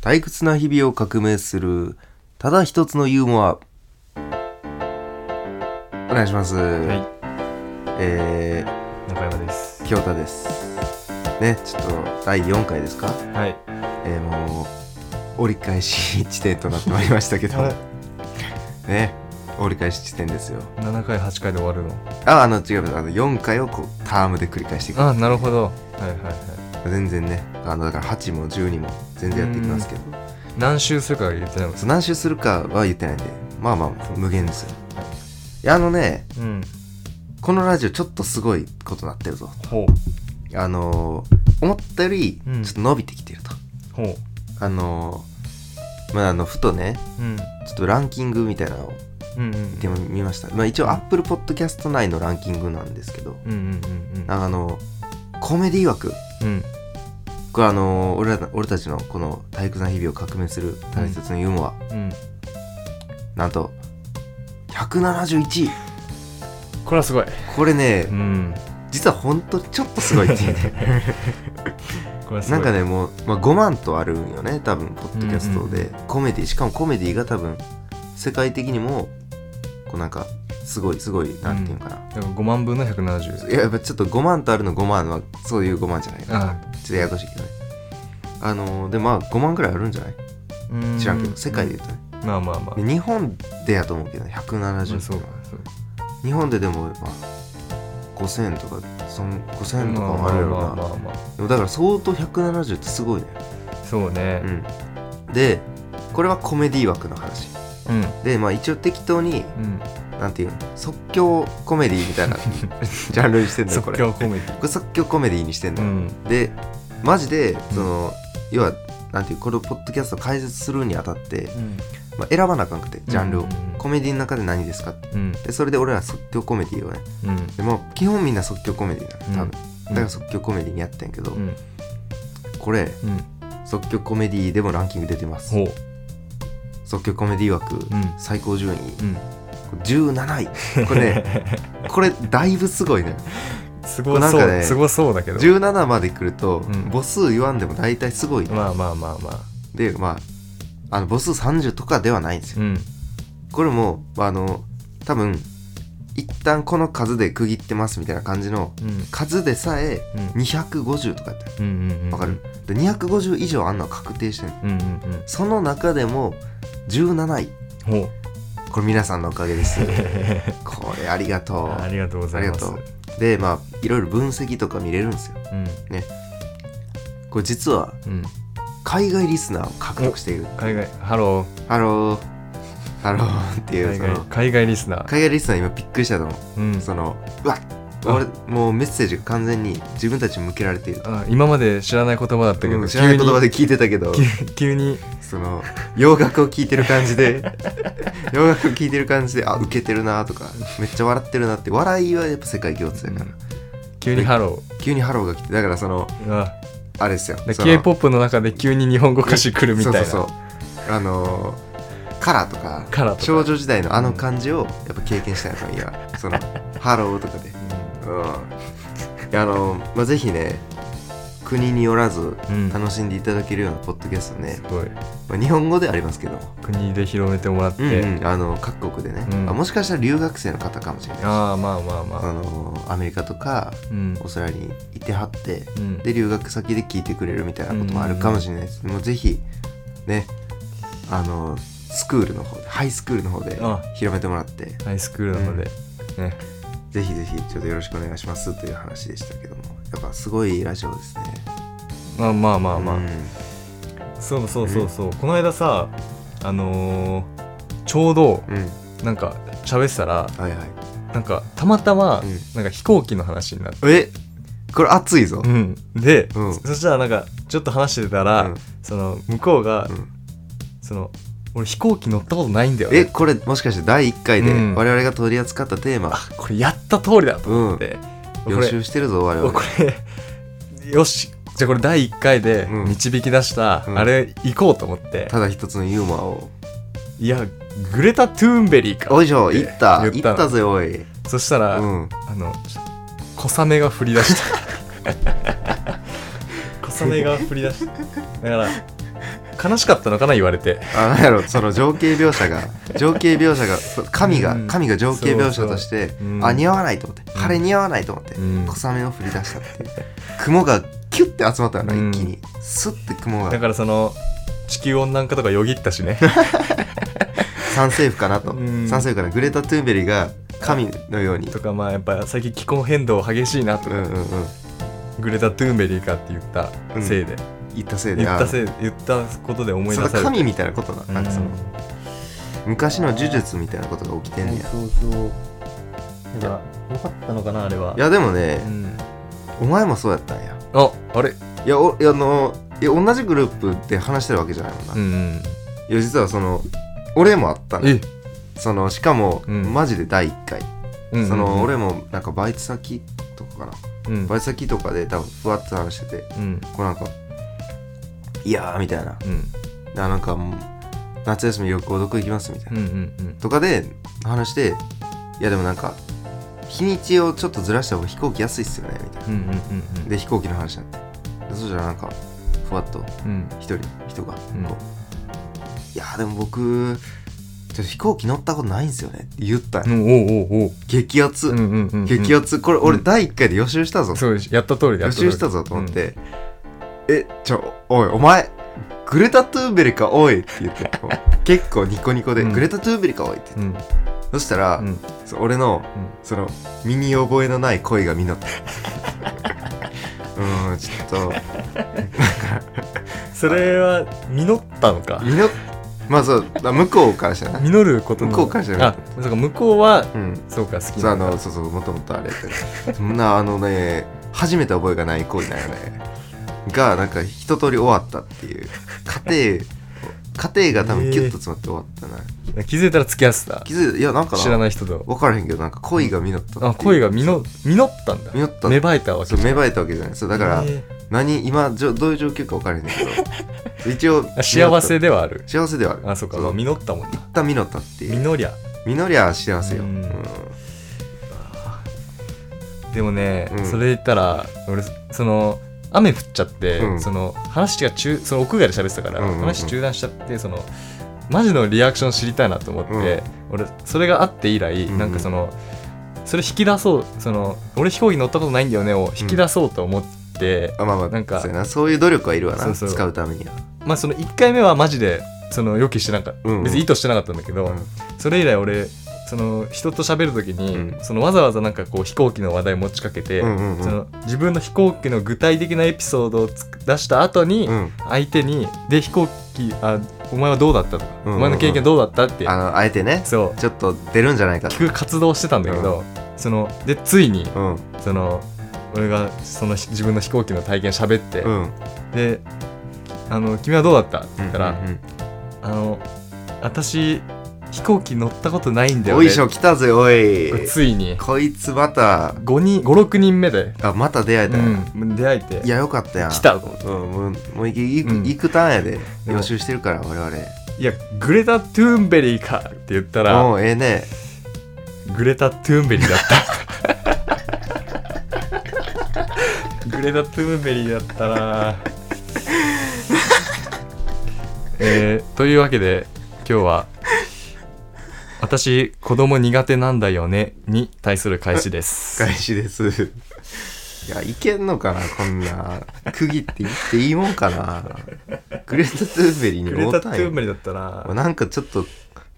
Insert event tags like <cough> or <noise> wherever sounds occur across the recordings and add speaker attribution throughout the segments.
Speaker 1: 退屈な日々を革命するただ一つのユーモアお願いします、
Speaker 2: はい、
Speaker 1: え
Speaker 2: 中山です
Speaker 1: ー。京太ですねちょっと第4回ですか
Speaker 2: はい。
Speaker 1: えーもう折り返し地点となってまいりましたけ
Speaker 2: <laughs>
Speaker 1: どね折り返し地点ですよ
Speaker 2: 七回八回で終わるの。
Speaker 1: ああの違いますあの4回をこうタームで繰り返していく
Speaker 2: あ、なるほど。はいはいは
Speaker 1: 全然ねあのだから8も12も全然やっていきますけど
Speaker 2: い。何周するか言ってないもん
Speaker 1: そう何周するかは言ってないんでまあまあ無限ですよいやあのね
Speaker 2: うん。
Speaker 1: このラジオちょっとすごいことなってるぞ
Speaker 2: ほ
Speaker 1: あのー思ったより
Speaker 2: うん
Speaker 1: ちょっと伸びてきてると、
Speaker 2: う。ほう。
Speaker 1: あのーまああのふとね
Speaker 2: うん。
Speaker 1: ちょっとランキングみたいなのを
Speaker 2: うんうん。
Speaker 1: 見てみました、まあ、一応 Apple Podcast 内のランキングなんですけど
Speaker 2: うんうんうんうん。
Speaker 1: あのコメディ枠
Speaker 2: うん。
Speaker 1: これあのー俺ら俺たちのこの体育な日々を革命する大切なユーモア、
Speaker 2: うん。
Speaker 1: なんと171位
Speaker 2: これはすごい。
Speaker 1: これね
Speaker 2: うん。
Speaker 1: 実は本当にちょっとすごいっていうね
Speaker 2: これはす
Speaker 1: な
Speaker 2: ご。
Speaker 1: いんかねもう、まあ、5万とあるんよね多分ポッドキャストで、コメディしかもコメディが多分世界的にもこうなんかすごいすごいなんていうのかな、
Speaker 2: なんか五万分の百七十。
Speaker 1: いややっぱちょっと5万とあるの5万はそういう5万じゃないかな
Speaker 2: あ
Speaker 1: ちょっとややこしいけどねあのーでまあ5万ぐらいあるんじゃない
Speaker 2: うん
Speaker 1: 知らんけど世界で。言うとね、
Speaker 2: まあまあまあ。
Speaker 1: で日本でやと思うけどね
Speaker 2: ま
Speaker 1: 170
Speaker 2: あそうか。
Speaker 1: 日本ででもまあ5000とかそん5000とかもあるよな、
Speaker 2: まあまあまあ。
Speaker 1: でもだから相当170ってすごいね
Speaker 2: そうね。
Speaker 1: うんでこれはコメディ枠の話
Speaker 2: うん。
Speaker 1: でまあ一応適当に
Speaker 2: うん。
Speaker 1: なんていうの即興コメディみ
Speaker 2: <laughs>
Speaker 1: たいなジャンルにしてんのよこれ
Speaker 2: 即興コメデ
Speaker 1: これ即興コメディにしてん
Speaker 2: ィ。う
Speaker 1: のよ、
Speaker 2: ん。
Speaker 1: でマジでその、要はなんていうこのポッドキャストを解説するにあたって、
Speaker 2: うん。
Speaker 1: まあ、選ばなあかんくてジャンルを、
Speaker 2: うん
Speaker 1: コメディの中で何ですかって
Speaker 2: うん。
Speaker 1: でそれで俺ら即興コメディをね
Speaker 2: うん。
Speaker 1: でも基本みんな即興コメディなの多分、だから即興コメディにやってんけど、
Speaker 2: うん。
Speaker 1: これ
Speaker 2: うん。
Speaker 1: 即興コメディでもランキング出てます
Speaker 2: ほう。
Speaker 1: 即興コメディ枠、
Speaker 2: うん。
Speaker 1: 最高順位
Speaker 2: うん。
Speaker 1: 17位これね
Speaker 2: <laughs>
Speaker 1: これだいぶすごいね
Speaker 2: すご
Speaker 1: なん
Speaker 2: そ
Speaker 1: か
Speaker 2: う、
Speaker 1: ね
Speaker 2: すごそうだけど。
Speaker 1: 17まで来ると、
Speaker 2: うん
Speaker 1: 母数言わんでも大体すごい、
Speaker 2: まあまあまあまあ。
Speaker 1: でまああの母数30とかではないんですよ
Speaker 2: うん。
Speaker 1: これもあの多分一旦この数で区切ってますみたいな感じの
Speaker 2: うん。
Speaker 1: 数でさえ
Speaker 2: うん。
Speaker 1: 250とかやったよ
Speaker 2: うんうんうん。
Speaker 1: わかるで250以上あんのは確定してる
Speaker 2: うんうんうん。
Speaker 1: その中でも17位
Speaker 2: ほう。
Speaker 1: これ皆さんのおかげ
Speaker 2: <laughs>
Speaker 1: ですこれありがと
Speaker 2: ありがとうございます。
Speaker 1: ありがうでまあいろいろ分析とか見れるんですよ
Speaker 2: うん。
Speaker 1: これ実は
Speaker 2: うん。
Speaker 1: 海外リスナーを獲得している
Speaker 2: 海外、ハロー。
Speaker 1: ハローハローっていう
Speaker 2: 海
Speaker 1: そ
Speaker 2: 外
Speaker 1: の、
Speaker 2: 海外リスナー。
Speaker 1: 海外リスナー今びっくりしたと思
Speaker 2: うん
Speaker 1: う。そのうわ俺もうメッセージが完全に自分たちに向けられている
Speaker 2: あ今まで知らない言葉だったけ
Speaker 1: う
Speaker 2: ど、
Speaker 1: ん知らない言葉
Speaker 2: で。
Speaker 1: で聞いてたけど
Speaker 2: 急急に、
Speaker 1: その洋楽を聴いてる感じで <laughs> 洋楽を聴いてる感じであウケてるなとかめっちゃ笑ってるなって笑いはやっぱ世界共通だから、
Speaker 2: 急にハロ
Speaker 1: 急にハローが来てだからその
Speaker 2: ー。あ
Speaker 1: あれですよ
Speaker 2: で
Speaker 1: その
Speaker 2: K-POP の中で急に日本語歌詞来るみたい
Speaker 1: そ
Speaker 2: な。
Speaker 1: うそうそうあのーカラーとか
Speaker 2: カラーとか
Speaker 1: 少女時代のあの感じをやっぱ経験したいのいやそ
Speaker 2: <laughs>
Speaker 1: のハローとかでうんいやあのーまあぜひね国によらず
Speaker 2: うん。うん。
Speaker 1: 楽しんでいただけるようなポッドキャストね
Speaker 2: す、ごい。
Speaker 1: まあ、日本語ではありますけど、
Speaker 2: 国で広めてもらっ
Speaker 1: うん
Speaker 2: て。
Speaker 1: うんあの各国でね、
Speaker 2: うん
Speaker 1: あもしかしたら留学生の方かもしれない
Speaker 2: ああ、まあまあま
Speaker 1: あ
Speaker 2: あ。
Speaker 1: のーアメリカとか
Speaker 2: うん
Speaker 1: オー。ストラリアにいてはって
Speaker 2: うん。
Speaker 1: で留学先で聞いてくれるみたいなこともあるかもしれないです、もうぜひねあのスクールの方でハイスクールの方で
Speaker 2: あ
Speaker 1: 広めてもらって
Speaker 2: ハイスクールなので。ね。
Speaker 1: ぜひぜひちょっとよろしくお願いしますという話でしたけどもやっぱすごいラジオですね
Speaker 2: まあまあまあまあ。
Speaker 1: うん
Speaker 2: そうそうそうそう、この間さあのーちょうど
Speaker 1: うん
Speaker 2: なんか喋ってたら
Speaker 1: はいはい
Speaker 2: なんかたまたま、
Speaker 1: うん
Speaker 2: なんか飛行機の話になって、
Speaker 1: えこれ熱いぞ
Speaker 2: うん、で、
Speaker 1: うん
Speaker 2: そしたらなんかちょっと話してたら、
Speaker 1: うん
Speaker 2: その向こうが、
Speaker 1: うん
Speaker 2: その俺飛行機乗ったことないんだよね
Speaker 1: えこれもしかして第1回で
Speaker 2: うん
Speaker 1: 我々が取り扱ったテーマ
Speaker 2: あこれやった通りだと
Speaker 1: うん、
Speaker 2: 思って、
Speaker 1: 予
Speaker 2: こ
Speaker 1: 習してるぞ我
Speaker 2: れ
Speaker 1: 々
Speaker 2: これよしじゃあこれ第1回で
Speaker 1: うん
Speaker 2: 導き出した、
Speaker 1: うん
Speaker 2: あれ行こうと思って、
Speaker 1: ただ一つのユーモアを
Speaker 2: いやグレタ・トゥーンベリーか
Speaker 1: おいしょ行った
Speaker 2: 言
Speaker 1: 行
Speaker 2: ったの
Speaker 1: ったぜおい、
Speaker 2: そしたら、
Speaker 1: うん、
Speaker 2: あの小雨が降り出した <laughs> 小雨が降り出しただから悲しかったのかな言われて
Speaker 1: あなんやろその情景描写が情景描写が神が
Speaker 2: うん
Speaker 1: 神が情景描写として
Speaker 2: そううん
Speaker 1: あ似合わないと思って
Speaker 2: ん
Speaker 1: 晴れ似合わないと思って
Speaker 2: うん
Speaker 1: 小雨を降り出したっていう雲がキュッて集まったよな
Speaker 2: うん
Speaker 1: 一気にスッて雲
Speaker 2: だ
Speaker 1: が
Speaker 2: からその地球温暖化とかよぎったし <laughs> ね
Speaker 1: 三政府かなと
Speaker 2: うん
Speaker 1: 三政府かなグレタ・トゥーンベリーが神のように
Speaker 2: とかまあやっぱ最近気候変動激しいなと
Speaker 1: う
Speaker 2: か、
Speaker 1: んうんうん
Speaker 2: グレタ・トゥーンベリーかって言ったせいで、
Speaker 1: 言ったせいで
Speaker 2: 言っ
Speaker 1: あ
Speaker 2: たせい言ったことで思い
Speaker 1: そ
Speaker 2: 出
Speaker 1: の
Speaker 2: されて
Speaker 1: 神みたいなことななんかその昔の呪術みたいなことが起きてんねや
Speaker 2: そうそうだからよかったのかなあれはい
Speaker 1: やでもねお
Speaker 2: うん、
Speaker 1: 前もそうやったんや
Speaker 2: ああれ
Speaker 1: いやおいやあのいや同じグループで話してるわけじゃないもんな、
Speaker 2: う
Speaker 1: い
Speaker 2: ん
Speaker 1: や実はその俺もあったの
Speaker 2: え
Speaker 1: そのしかも、
Speaker 2: うん
Speaker 1: マジで第1回、
Speaker 2: うん
Speaker 1: その俺
Speaker 2: も
Speaker 1: もなんかバイト先とかかな
Speaker 2: うん
Speaker 1: バイト先とかで多分ふわっと話してて
Speaker 2: うん
Speaker 1: こうなんか「いやー」みたいな「
Speaker 2: うん
Speaker 1: あなんかもう夏休み旅行どこ行きます?」みたいな、
Speaker 2: うんうん
Speaker 1: とかで話して「いやでもなんか日にちをちょっとずらした方が飛行機安いっすよね」みたいな
Speaker 2: うんうんうん
Speaker 1: で飛行機の話になってでそしたらなんかふわっと
Speaker 2: うん
Speaker 1: 一人人がこう、
Speaker 2: うん
Speaker 1: いやーでも僕ちょっと飛行機乗ったことないんですよねって言ったん
Speaker 2: う
Speaker 1: や
Speaker 2: んおうおうおう
Speaker 1: 激アツ、
Speaker 2: うんうんうんうん
Speaker 1: 激アツこれ俺
Speaker 2: うん
Speaker 1: 第1回で予習したぞ、
Speaker 2: そうやった通りだ
Speaker 1: 予習したぞと思っ、て、えちょおいお前グレタ・トゥーンベリかおいって言って
Speaker 2: <laughs>
Speaker 1: こう結構ニコニコで、
Speaker 2: うん
Speaker 1: グレタ・トゥーンベリかおいって言って
Speaker 2: うんうん
Speaker 1: そしたら、
Speaker 2: うん
Speaker 1: そう俺の、
Speaker 2: うん
Speaker 1: その身に覚えのない恋が実
Speaker 2: <laughs>
Speaker 1: ったうんちょっと
Speaker 2: それは実ったのか
Speaker 1: 実っまあそうあ向こうからしたらな
Speaker 2: 実ることの
Speaker 1: 向こうからしたら
Speaker 2: あそうか向こうは
Speaker 1: うん
Speaker 2: そうか好
Speaker 1: そ
Speaker 2: き
Speaker 1: う
Speaker 2: な
Speaker 1: あ
Speaker 2: んだ
Speaker 1: のそうそうもともとあれやったそんなあのね初めて覚えがない恋だよねがなんか一通り終わったっていう家庭家庭が多分キュッと詰まって終わったな、
Speaker 2: 気づいたら付き合ってた
Speaker 1: 気づいたいやなんか
Speaker 2: 知ら
Speaker 1: い
Speaker 2: ない人と
Speaker 1: 分からへんけどなんか恋が実ったっていう
Speaker 2: あ恋が実実ったんだ
Speaker 1: 実った
Speaker 2: 芽生えたわ
Speaker 1: そ
Speaker 2: け
Speaker 1: う芽生えたわけじゃないそうだから
Speaker 2: へえ
Speaker 1: 何今じょどういう状況か分からへんけど一応
Speaker 2: <laughs> あ幸せ
Speaker 1: 実っ
Speaker 2: ではある
Speaker 1: た幸せではある
Speaker 2: あそうか
Speaker 1: の
Speaker 2: 実ったもん
Speaker 1: 一
Speaker 2: な
Speaker 1: 旦実ったっていう
Speaker 2: 実りゃ
Speaker 1: 実りゃ幸せよ、
Speaker 2: う
Speaker 1: うんん
Speaker 2: でもね、
Speaker 1: うん
Speaker 2: それ言ったら俺その雨降っちゃって、
Speaker 1: うん
Speaker 2: その話が中その屋外で喋ってたから、
Speaker 1: うんうんうん
Speaker 2: 話中断しちゃってそのマジのリアクション知りたいなと思って、
Speaker 1: うん
Speaker 2: 俺それがあって以来、
Speaker 1: うんうん
Speaker 2: なんかそのそれ引き出そうその俺飛行機乗ったことないんだよねを引き出そうと思って、
Speaker 1: あまあまあ
Speaker 2: なんか
Speaker 1: そうやなそういう努力はいるわな
Speaker 2: そうそう
Speaker 1: 使うためには
Speaker 2: まあその1回目はマジでその予期してなんかった、
Speaker 1: うんうん
Speaker 2: 別に意図してなかったんだけど、
Speaker 1: う
Speaker 2: それ以来俺その人と喋る時に、
Speaker 1: うん
Speaker 2: そのわざわざなんかこう飛行機の話題持ちかけて、
Speaker 1: んうんうん
Speaker 2: その自分の飛行機の具体的なエピソードをつく出した後に、
Speaker 1: うん
Speaker 2: 相手に「で飛行機あお前はどうだった?」とか、
Speaker 1: うんうんうん
Speaker 2: お前の経験どうだった?」って
Speaker 1: あのあえてね
Speaker 2: そう
Speaker 1: ちょっと出るんじゃないかと
Speaker 2: 聞く活動をしてたんだけど、そのでついに
Speaker 1: うん
Speaker 2: その俺がそのひ自分の飛行機の体験喋って、
Speaker 1: うん
Speaker 2: であの「君はどうだった?」って言ったら「
Speaker 1: うんうん
Speaker 2: あの私飛行機乗ったことないんだよ
Speaker 1: お
Speaker 2: ね」
Speaker 1: いしょ来たぜおい
Speaker 2: これついに
Speaker 1: こいつまた
Speaker 2: 5人56人目で、
Speaker 1: あまた出会えたよ
Speaker 2: うん出会えて
Speaker 1: いやよかったやん
Speaker 2: 来たと思って
Speaker 1: うんもうもういいいく
Speaker 2: うん
Speaker 1: いくターンやで
Speaker 2: でも
Speaker 1: 予習してるから我々
Speaker 2: いやグレタ・トゥーンベリーかって言ったら
Speaker 1: もうええね
Speaker 2: グレタ・トゥーンベリーだった <laughs> グレタ・トゥーンベリーだった <laughs> なえー、というわけで今日は「私子供苦手なんだよね」に対する返しです
Speaker 1: 返しです <laughs> いやいけんのかなこんな区切っていっていいもんかなグレタ・トゥーンベリーに
Speaker 2: <laughs> グ
Speaker 1: 会
Speaker 2: レ
Speaker 1: う
Speaker 2: タ・
Speaker 1: た
Speaker 2: ト
Speaker 1: ん
Speaker 2: ゥ
Speaker 1: や
Speaker 2: ーンベリーだったな
Speaker 1: なんかちょっと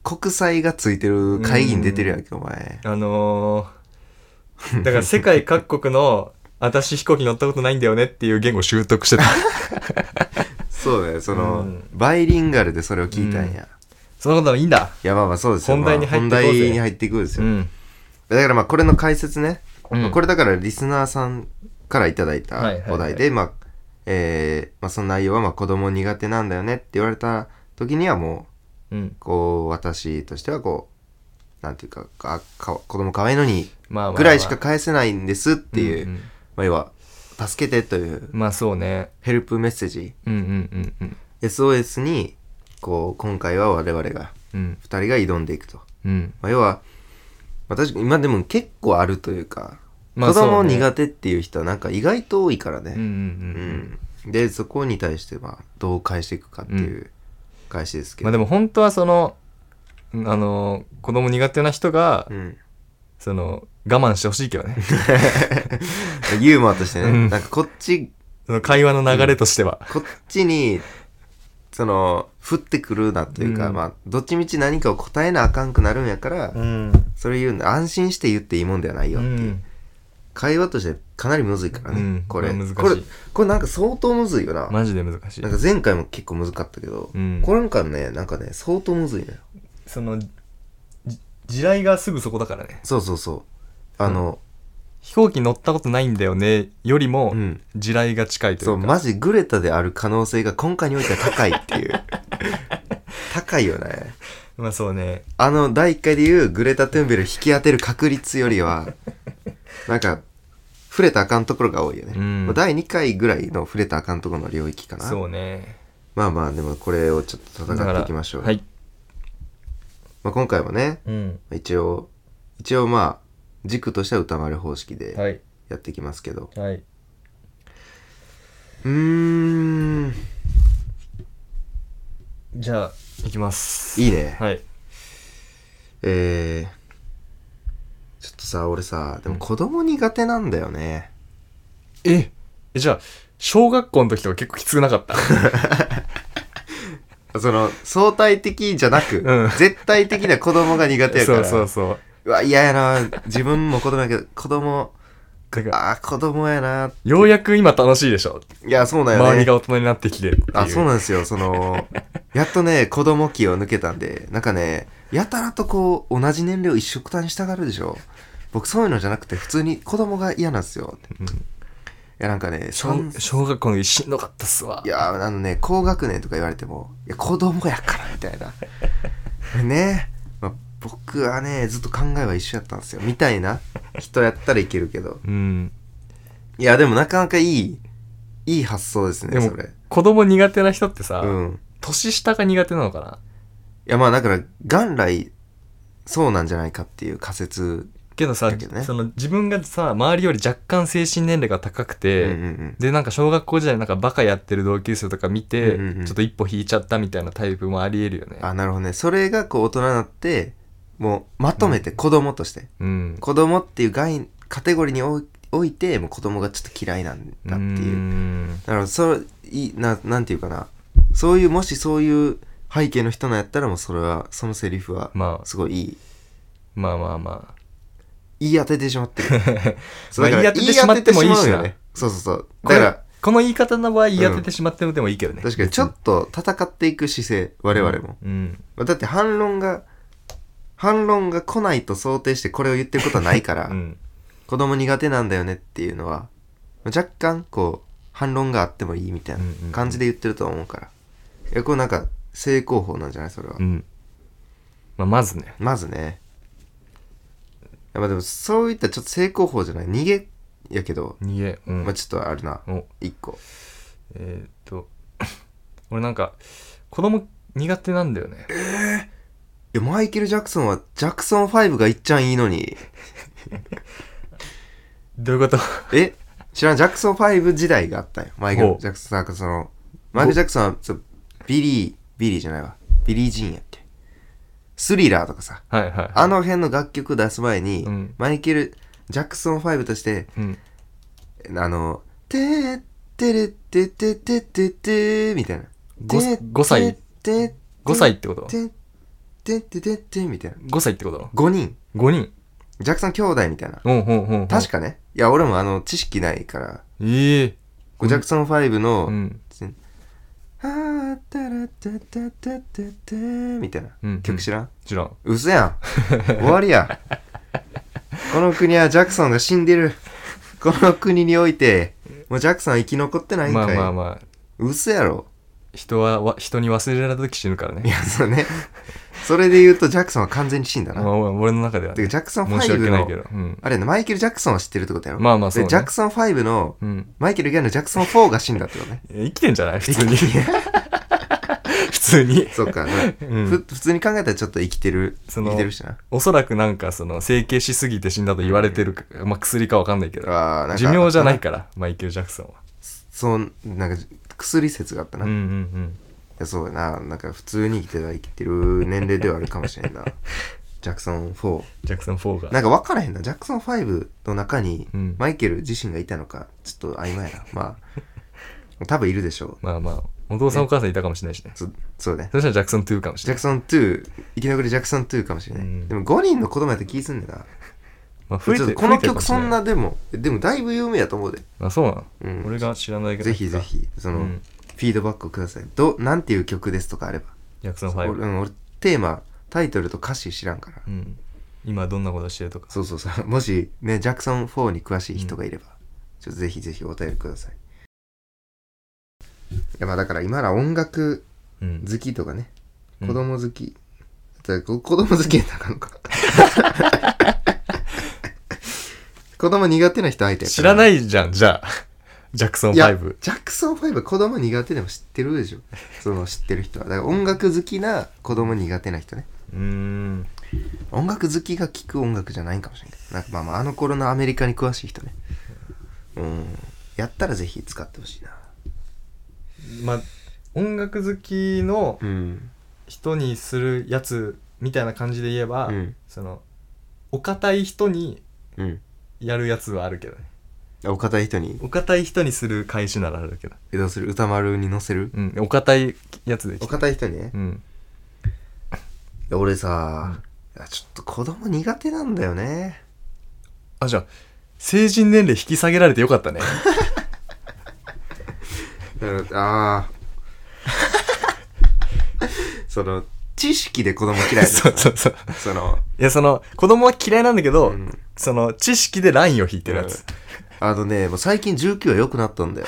Speaker 1: 国際がついてる会議に出てるやんけお前
Speaker 2: あのー、だから世界各国の「私飛行機乗ったことないんだよね」っていう言語習得 <laughs> してた
Speaker 1: そうだよその、
Speaker 2: うん
Speaker 1: バイリンガルでそれを聞いたんや、い
Speaker 2: そのことはいいんだ
Speaker 1: やまあまあそうですよ
Speaker 2: 本題に入っていこうぜ
Speaker 1: まあ本題に入っていくんです
Speaker 2: う
Speaker 1: よ、
Speaker 2: ん
Speaker 1: だからまあこれの解説ね、
Speaker 2: うん
Speaker 1: まあこれだからリスナーさんからいただいた
Speaker 2: はいはいはい
Speaker 1: お題で、まあえーまあその内容はまあ子供苦手なんだよねって言われた時にはも
Speaker 2: うん
Speaker 1: うこう私としてはこうなんていうかあかわ子供可愛いのに
Speaker 2: まあまあまあ
Speaker 1: ぐらいしか返せないんですっていう、
Speaker 2: うんうん
Speaker 1: まあ要は助けてという
Speaker 2: まあそうね
Speaker 1: ヘルプメッセージ
Speaker 2: うんうんうん
Speaker 1: SOS にこう今回は我々が
Speaker 2: うん
Speaker 1: 2人が挑んでいくと、
Speaker 2: うんうん
Speaker 1: まあ、要は私今でも結構あるというか、
Speaker 2: まあ
Speaker 1: 子供
Speaker 2: そうね
Speaker 1: 苦手っていう人はなんか意外と多いから
Speaker 2: うんう
Speaker 1: ね、
Speaker 2: ん
Speaker 1: うんでそこに対してまあどう返していくかっていう返しですけど、
Speaker 2: まあでも本当はそのあの子供苦手な人が、
Speaker 1: うん、 <laughs>
Speaker 2: その我慢してほしいけどね
Speaker 1: ユーモアとしてね、
Speaker 2: うん
Speaker 1: なんかこっち
Speaker 2: その会話の流れとしては、
Speaker 1: こっちにその降ってくるなというか、
Speaker 2: うん
Speaker 1: まあどっちみち何かを答えなあかんくなるんやから、
Speaker 2: ん
Speaker 1: それ言うんで安心して言っていいもんではないよっていう、会話としてかなりむずいからね、
Speaker 2: うん
Speaker 1: これ
Speaker 2: まあ難しい
Speaker 1: これこれなんか相当むずいよな、
Speaker 2: マジで難しい
Speaker 1: なんか前回も結構むずかったけど、
Speaker 2: うん
Speaker 1: これなんかねなんかね相当むずいのよ
Speaker 2: そのじ地雷がすぐそこだからね
Speaker 1: そうそうそうあの、
Speaker 2: 飛行機乗ったことないんだよねよりも、
Speaker 1: うん
Speaker 2: 地雷が近いとい
Speaker 1: そう
Speaker 2: うか
Speaker 1: マジグレタである可能性が今回においては高いって
Speaker 2: <laughs>
Speaker 1: いう高いよね
Speaker 2: まあそうね
Speaker 1: あの第1回で言うグレタ・トゥンベル引き当てる確率よりはなんか触れたらあかんところが多いよね、
Speaker 2: うん
Speaker 1: 第2回ぐらいの触れたらあかんところの領域かな
Speaker 2: そうね
Speaker 1: まあまあでもこれをちょっと戦っていきましょう、
Speaker 2: はい、
Speaker 1: まあ、今回もね
Speaker 2: うん
Speaker 1: 一応一応まあ軸としては歌丸方式で
Speaker 2: はい
Speaker 1: やっていきますけど、
Speaker 2: はい、
Speaker 1: うーん
Speaker 2: じゃあいきます
Speaker 1: いいね
Speaker 2: はい
Speaker 1: えー、ちょっとさ俺さでも子供苦手なんだよね、
Speaker 2: ええじゃあ小学校の時とか結構きつくなかった
Speaker 1: その相対的じゃなく、
Speaker 2: うん
Speaker 1: 絶対的な子供が苦手やか
Speaker 2: そ
Speaker 1: ら
Speaker 2: うそうそう
Speaker 1: うわ嫌やな自分も子供やけど子供
Speaker 2: だから
Speaker 1: ああ子供やな
Speaker 2: ようやく今楽しいでしょ、
Speaker 1: いやそうなんよね
Speaker 2: 周りが大人になってきてっていう
Speaker 1: あそうなんですよそ
Speaker 2: <laughs>
Speaker 1: のやっとね子供期を抜けたんでなんかねやたらとこう同じ年齢を一緒くたにしたがるでしょ僕そういうのじゃなくて普通に子供が嫌なんですよ、
Speaker 2: うん
Speaker 1: いやなんかね
Speaker 2: 小小学校の時しんどかったっすわ
Speaker 1: いやーあのね高学年とか言われてもいや子供やからみたいな
Speaker 2: <laughs>
Speaker 1: ね、まあ、僕はねずっと考えは一緒やったんですよみたいな人やったらいけるけど
Speaker 2: うん
Speaker 1: いやでもなかなかいいいい発想です
Speaker 2: で
Speaker 1: ね
Speaker 2: も
Speaker 1: それ
Speaker 2: 子供苦手な人ってさ、
Speaker 1: うん
Speaker 2: 年下が苦手なのかない
Speaker 1: やまあだから元来そうなんじゃないかっていう仮説、
Speaker 2: けどさ
Speaker 1: だけどね
Speaker 2: その自分がさ周りより若干精神年齢が高くて、
Speaker 1: うんうん
Speaker 2: でなんか小学校時代なんかバカやってる同級生とか見て、
Speaker 1: うんうんうん
Speaker 2: ちょっと一歩引いちゃったみたいなタイプもありえるよね
Speaker 1: うん、あなるほどねそれがこう大人になってもうまとめて子供として、
Speaker 2: うん
Speaker 1: 子供っていう概カテゴリーにおい置いてもう子供がちょっと嫌いなんだっていう
Speaker 2: うーん
Speaker 1: だからそういななんていうかなそういうもしそういう背景の人なんやったらもうそれはそのセリフは
Speaker 2: まあ
Speaker 1: すごいいい
Speaker 2: まあまあまあ
Speaker 1: 言い当ててしま
Speaker 2: <laughs>
Speaker 1: ってるそう
Speaker 2: まあ
Speaker 1: だから
Speaker 2: 言い当ててしまってもいいし
Speaker 1: 言当ててまうよ
Speaker 2: な
Speaker 1: ねそうそうそう
Speaker 2: こ
Speaker 1: だ
Speaker 2: れ
Speaker 1: から
Speaker 2: この言い方の場合言い当ててしまってもでもいいけどね、
Speaker 1: 確かにちょっと戦っていく姿勢我々も、
Speaker 2: うん
Speaker 1: まあだって反論が反論が来ないと想定してこれを言ってることはないから、
Speaker 2: <laughs> うん
Speaker 1: 子供苦手なんだよねっていうのは若干こう反論があってもいいみたいな感じで言ってると思うから、いやこれなんか正攻法なんじゃないそれは、
Speaker 2: うんまあまずね
Speaker 1: まずねいやまあでもそういったちょっと正攻法じゃない逃げやけど、
Speaker 2: 逃げうん、
Speaker 1: まあちょっとあるな
Speaker 2: お
Speaker 1: 一個
Speaker 2: えーっと <laughs> 俺なんか子供苦手なんだよね
Speaker 1: いやマイケル・ジャクソンはジャクソン5がいっちゃんいいのに
Speaker 2: どういうこと <laughs>
Speaker 1: え知らんジャクソン5時代があったよマイケ
Speaker 2: ほ
Speaker 1: ル・
Speaker 2: う
Speaker 1: ジャクソンなんかそのマイケル・ジャクソンはそうビリービリーじゃないわビリー・ジーンやっけスリラーとかさ
Speaker 2: はいはいはい
Speaker 1: あの辺の楽曲出す前に、
Speaker 2: うん
Speaker 1: マイケル・ジャクソン5として
Speaker 2: うん
Speaker 1: あの「てーてれててててて」みたいな
Speaker 2: ご5歳
Speaker 1: て
Speaker 2: 5歳ってこと
Speaker 1: てててててみたいな
Speaker 2: ?5 歳ってこと
Speaker 1: 5人
Speaker 2: ?5 人
Speaker 1: ジャクソン兄弟みたいな
Speaker 2: うんうんうんうん
Speaker 1: 確かねいや俺もあの知識ないから
Speaker 2: ええ
Speaker 1: こうジャクソン5の、
Speaker 2: うん
Speaker 1: あーたらたたたたたみたいな、
Speaker 2: うんうん
Speaker 1: 曲知らん
Speaker 2: 知らん
Speaker 1: 嘘やん終わり
Speaker 2: <laughs>
Speaker 1: やこの国はジャクソンが死んでるこの国においてもうジャクソンは生き残ってないんか
Speaker 2: ま
Speaker 1: い、
Speaker 2: あまあまあ
Speaker 1: 嘘やろ
Speaker 2: 人はわ人に忘れられた時死ぬから
Speaker 1: い
Speaker 2: ね
Speaker 1: やそうねそれで言うとジャクソンは完全に死んだ
Speaker 2: ま
Speaker 1: な、
Speaker 2: あお俺の中では
Speaker 1: て
Speaker 2: ね
Speaker 1: かジャクソン
Speaker 2: 申し訳
Speaker 1: 5
Speaker 2: ないけ
Speaker 1: の
Speaker 2: どうん
Speaker 1: あれやなマイケル・ジャクソンは知ってるってことやろ
Speaker 2: まあまあそうね
Speaker 1: でジャクソン5の
Speaker 2: うん
Speaker 1: マイケル・ギャンのジャクソン4が死んだってことね
Speaker 2: え生きてんじゃない普通に <laughs> 普通に
Speaker 1: そうか、
Speaker 2: うん
Speaker 1: ふ普通に考えたらちょっと生きてる
Speaker 2: そ
Speaker 1: 生
Speaker 2: の
Speaker 1: きてるしな
Speaker 2: おそらくなんかその整形しすぎて死んだと言われてるかまあ薬かわかんないけど
Speaker 1: あーなんか
Speaker 2: 寿命じゃないからマイケル・ジャクソンは
Speaker 1: そうなんか薬説があったな、
Speaker 2: うんうん
Speaker 1: やそうやななんか普通に生きてたら生きてる年齢ではあるかもしれん
Speaker 2: <laughs>
Speaker 1: なジャクソン4
Speaker 2: ジャクソン4
Speaker 1: な
Speaker 2: が
Speaker 1: んか分からへんなジャクソン5の中に
Speaker 2: うん
Speaker 1: マイケル自身がいたのかちょっと曖昧やなまあ多分いるでしょ
Speaker 2: まあまあお父さんお母さんいたかもしれないしね
Speaker 1: うそそうね
Speaker 2: そしたらジャクソン2かもし
Speaker 1: ジ
Speaker 2: れ
Speaker 1: ャ
Speaker 2: な
Speaker 1: クソ
Speaker 2: い、
Speaker 1: ン2生き残りジャクソン2かもしれない、
Speaker 2: うん
Speaker 1: でも5人の子供やったら気ぃすんねんな
Speaker 2: まあ、
Speaker 1: ちょ
Speaker 2: 増
Speaker 1: っ
Speaker 2: えて
Speaker 1: とこの曲そ
Speaker 2: 増えてるかもしれ
Speaker 1: ん
Speaker 2: い
Speaker 1: なでもでもだいぶ有名やと思うで
Speaker 2: あそうなの、
Speaker 1: うん
Speaker 2: 俺が知らないけど
Speaker 1: ぜひぜひその、
Speaker 2: うん
Speaker 1: フィードバックをくださいどなんていう曲ですとかあれば
Speaker 2: ジャクソン
Speaker 1: 俺,、
Speaker 2: 5、
Speaker 1: うん、俺テーマタイトルと歌詞知らんから、
Speaker 2: うん、今どんなことしてるとか
Speaker 1: そうそうそう <laughs> もしねジャクソン4に詳しい人がいれば、ちょっとぜひぜひお便りくださいいやまあだから今ら音楽
Speaker 2: うん
Speaker 1: 好きとかね
Speaker 2: うん
Speaker 1: 子供好き、だからこ子供好きやったらあかんの <laughs> か子供苦手な人相手や
Speaker 2: 知らないいじゃんじゃあ <laughs> ジャクソン
Speaker 1: いや
Speaker 2: 5
Speaker 1: ジャクソン5は子供苦手でも知ってるでしょその知ってる人はだから音楽好きな子供苦手な人ね
Speaker 2: うーん
Speaker 1: 音楽好きが聴く音楽じゃないんかもしれんけどなんかまあまああの頃のアメリカに詳しい人ねうんやったらぜひ使ってほしいな
Speaker 2: まあ音楽好きの
Speaker 1: うん
Speaker 2: 人にするやつみたいな感じで言えば、
Speaker 1: うん
Speaker 2: そのお堅い人に
Speaker 1: うん
Speaker 2: やるやつはあるけどね
Speaker 1: あお堅い人に
Speaker 2: お堅い人にする返しならあるけど
Speaker 1: えどうする歌丸に載せる
Speaker 2: うんお堅いやつで
Speaker 1: お
Speaker 2: きた
Speaker 1: 堅い人にね
Speaker 2: うん
Speaker 1: いや俺さ、いやちょっと子供苦手なんだよね
Speaker 2: あじゃあ成人年齢引き下げられてよかったね
Speaker 1: だからああ <laughs> その知識で子供嫌いな
Speaker 2: <laughs> そうそうそう
Speaker 1: <laughs> その
Speaker 2: いやその子供は嫌いなんだけど、
Speaker 1: うん
Speaker 2: その知識でラインを引いてるやつ、
Speaker 1: あのねもう最近19は良くなったんだよ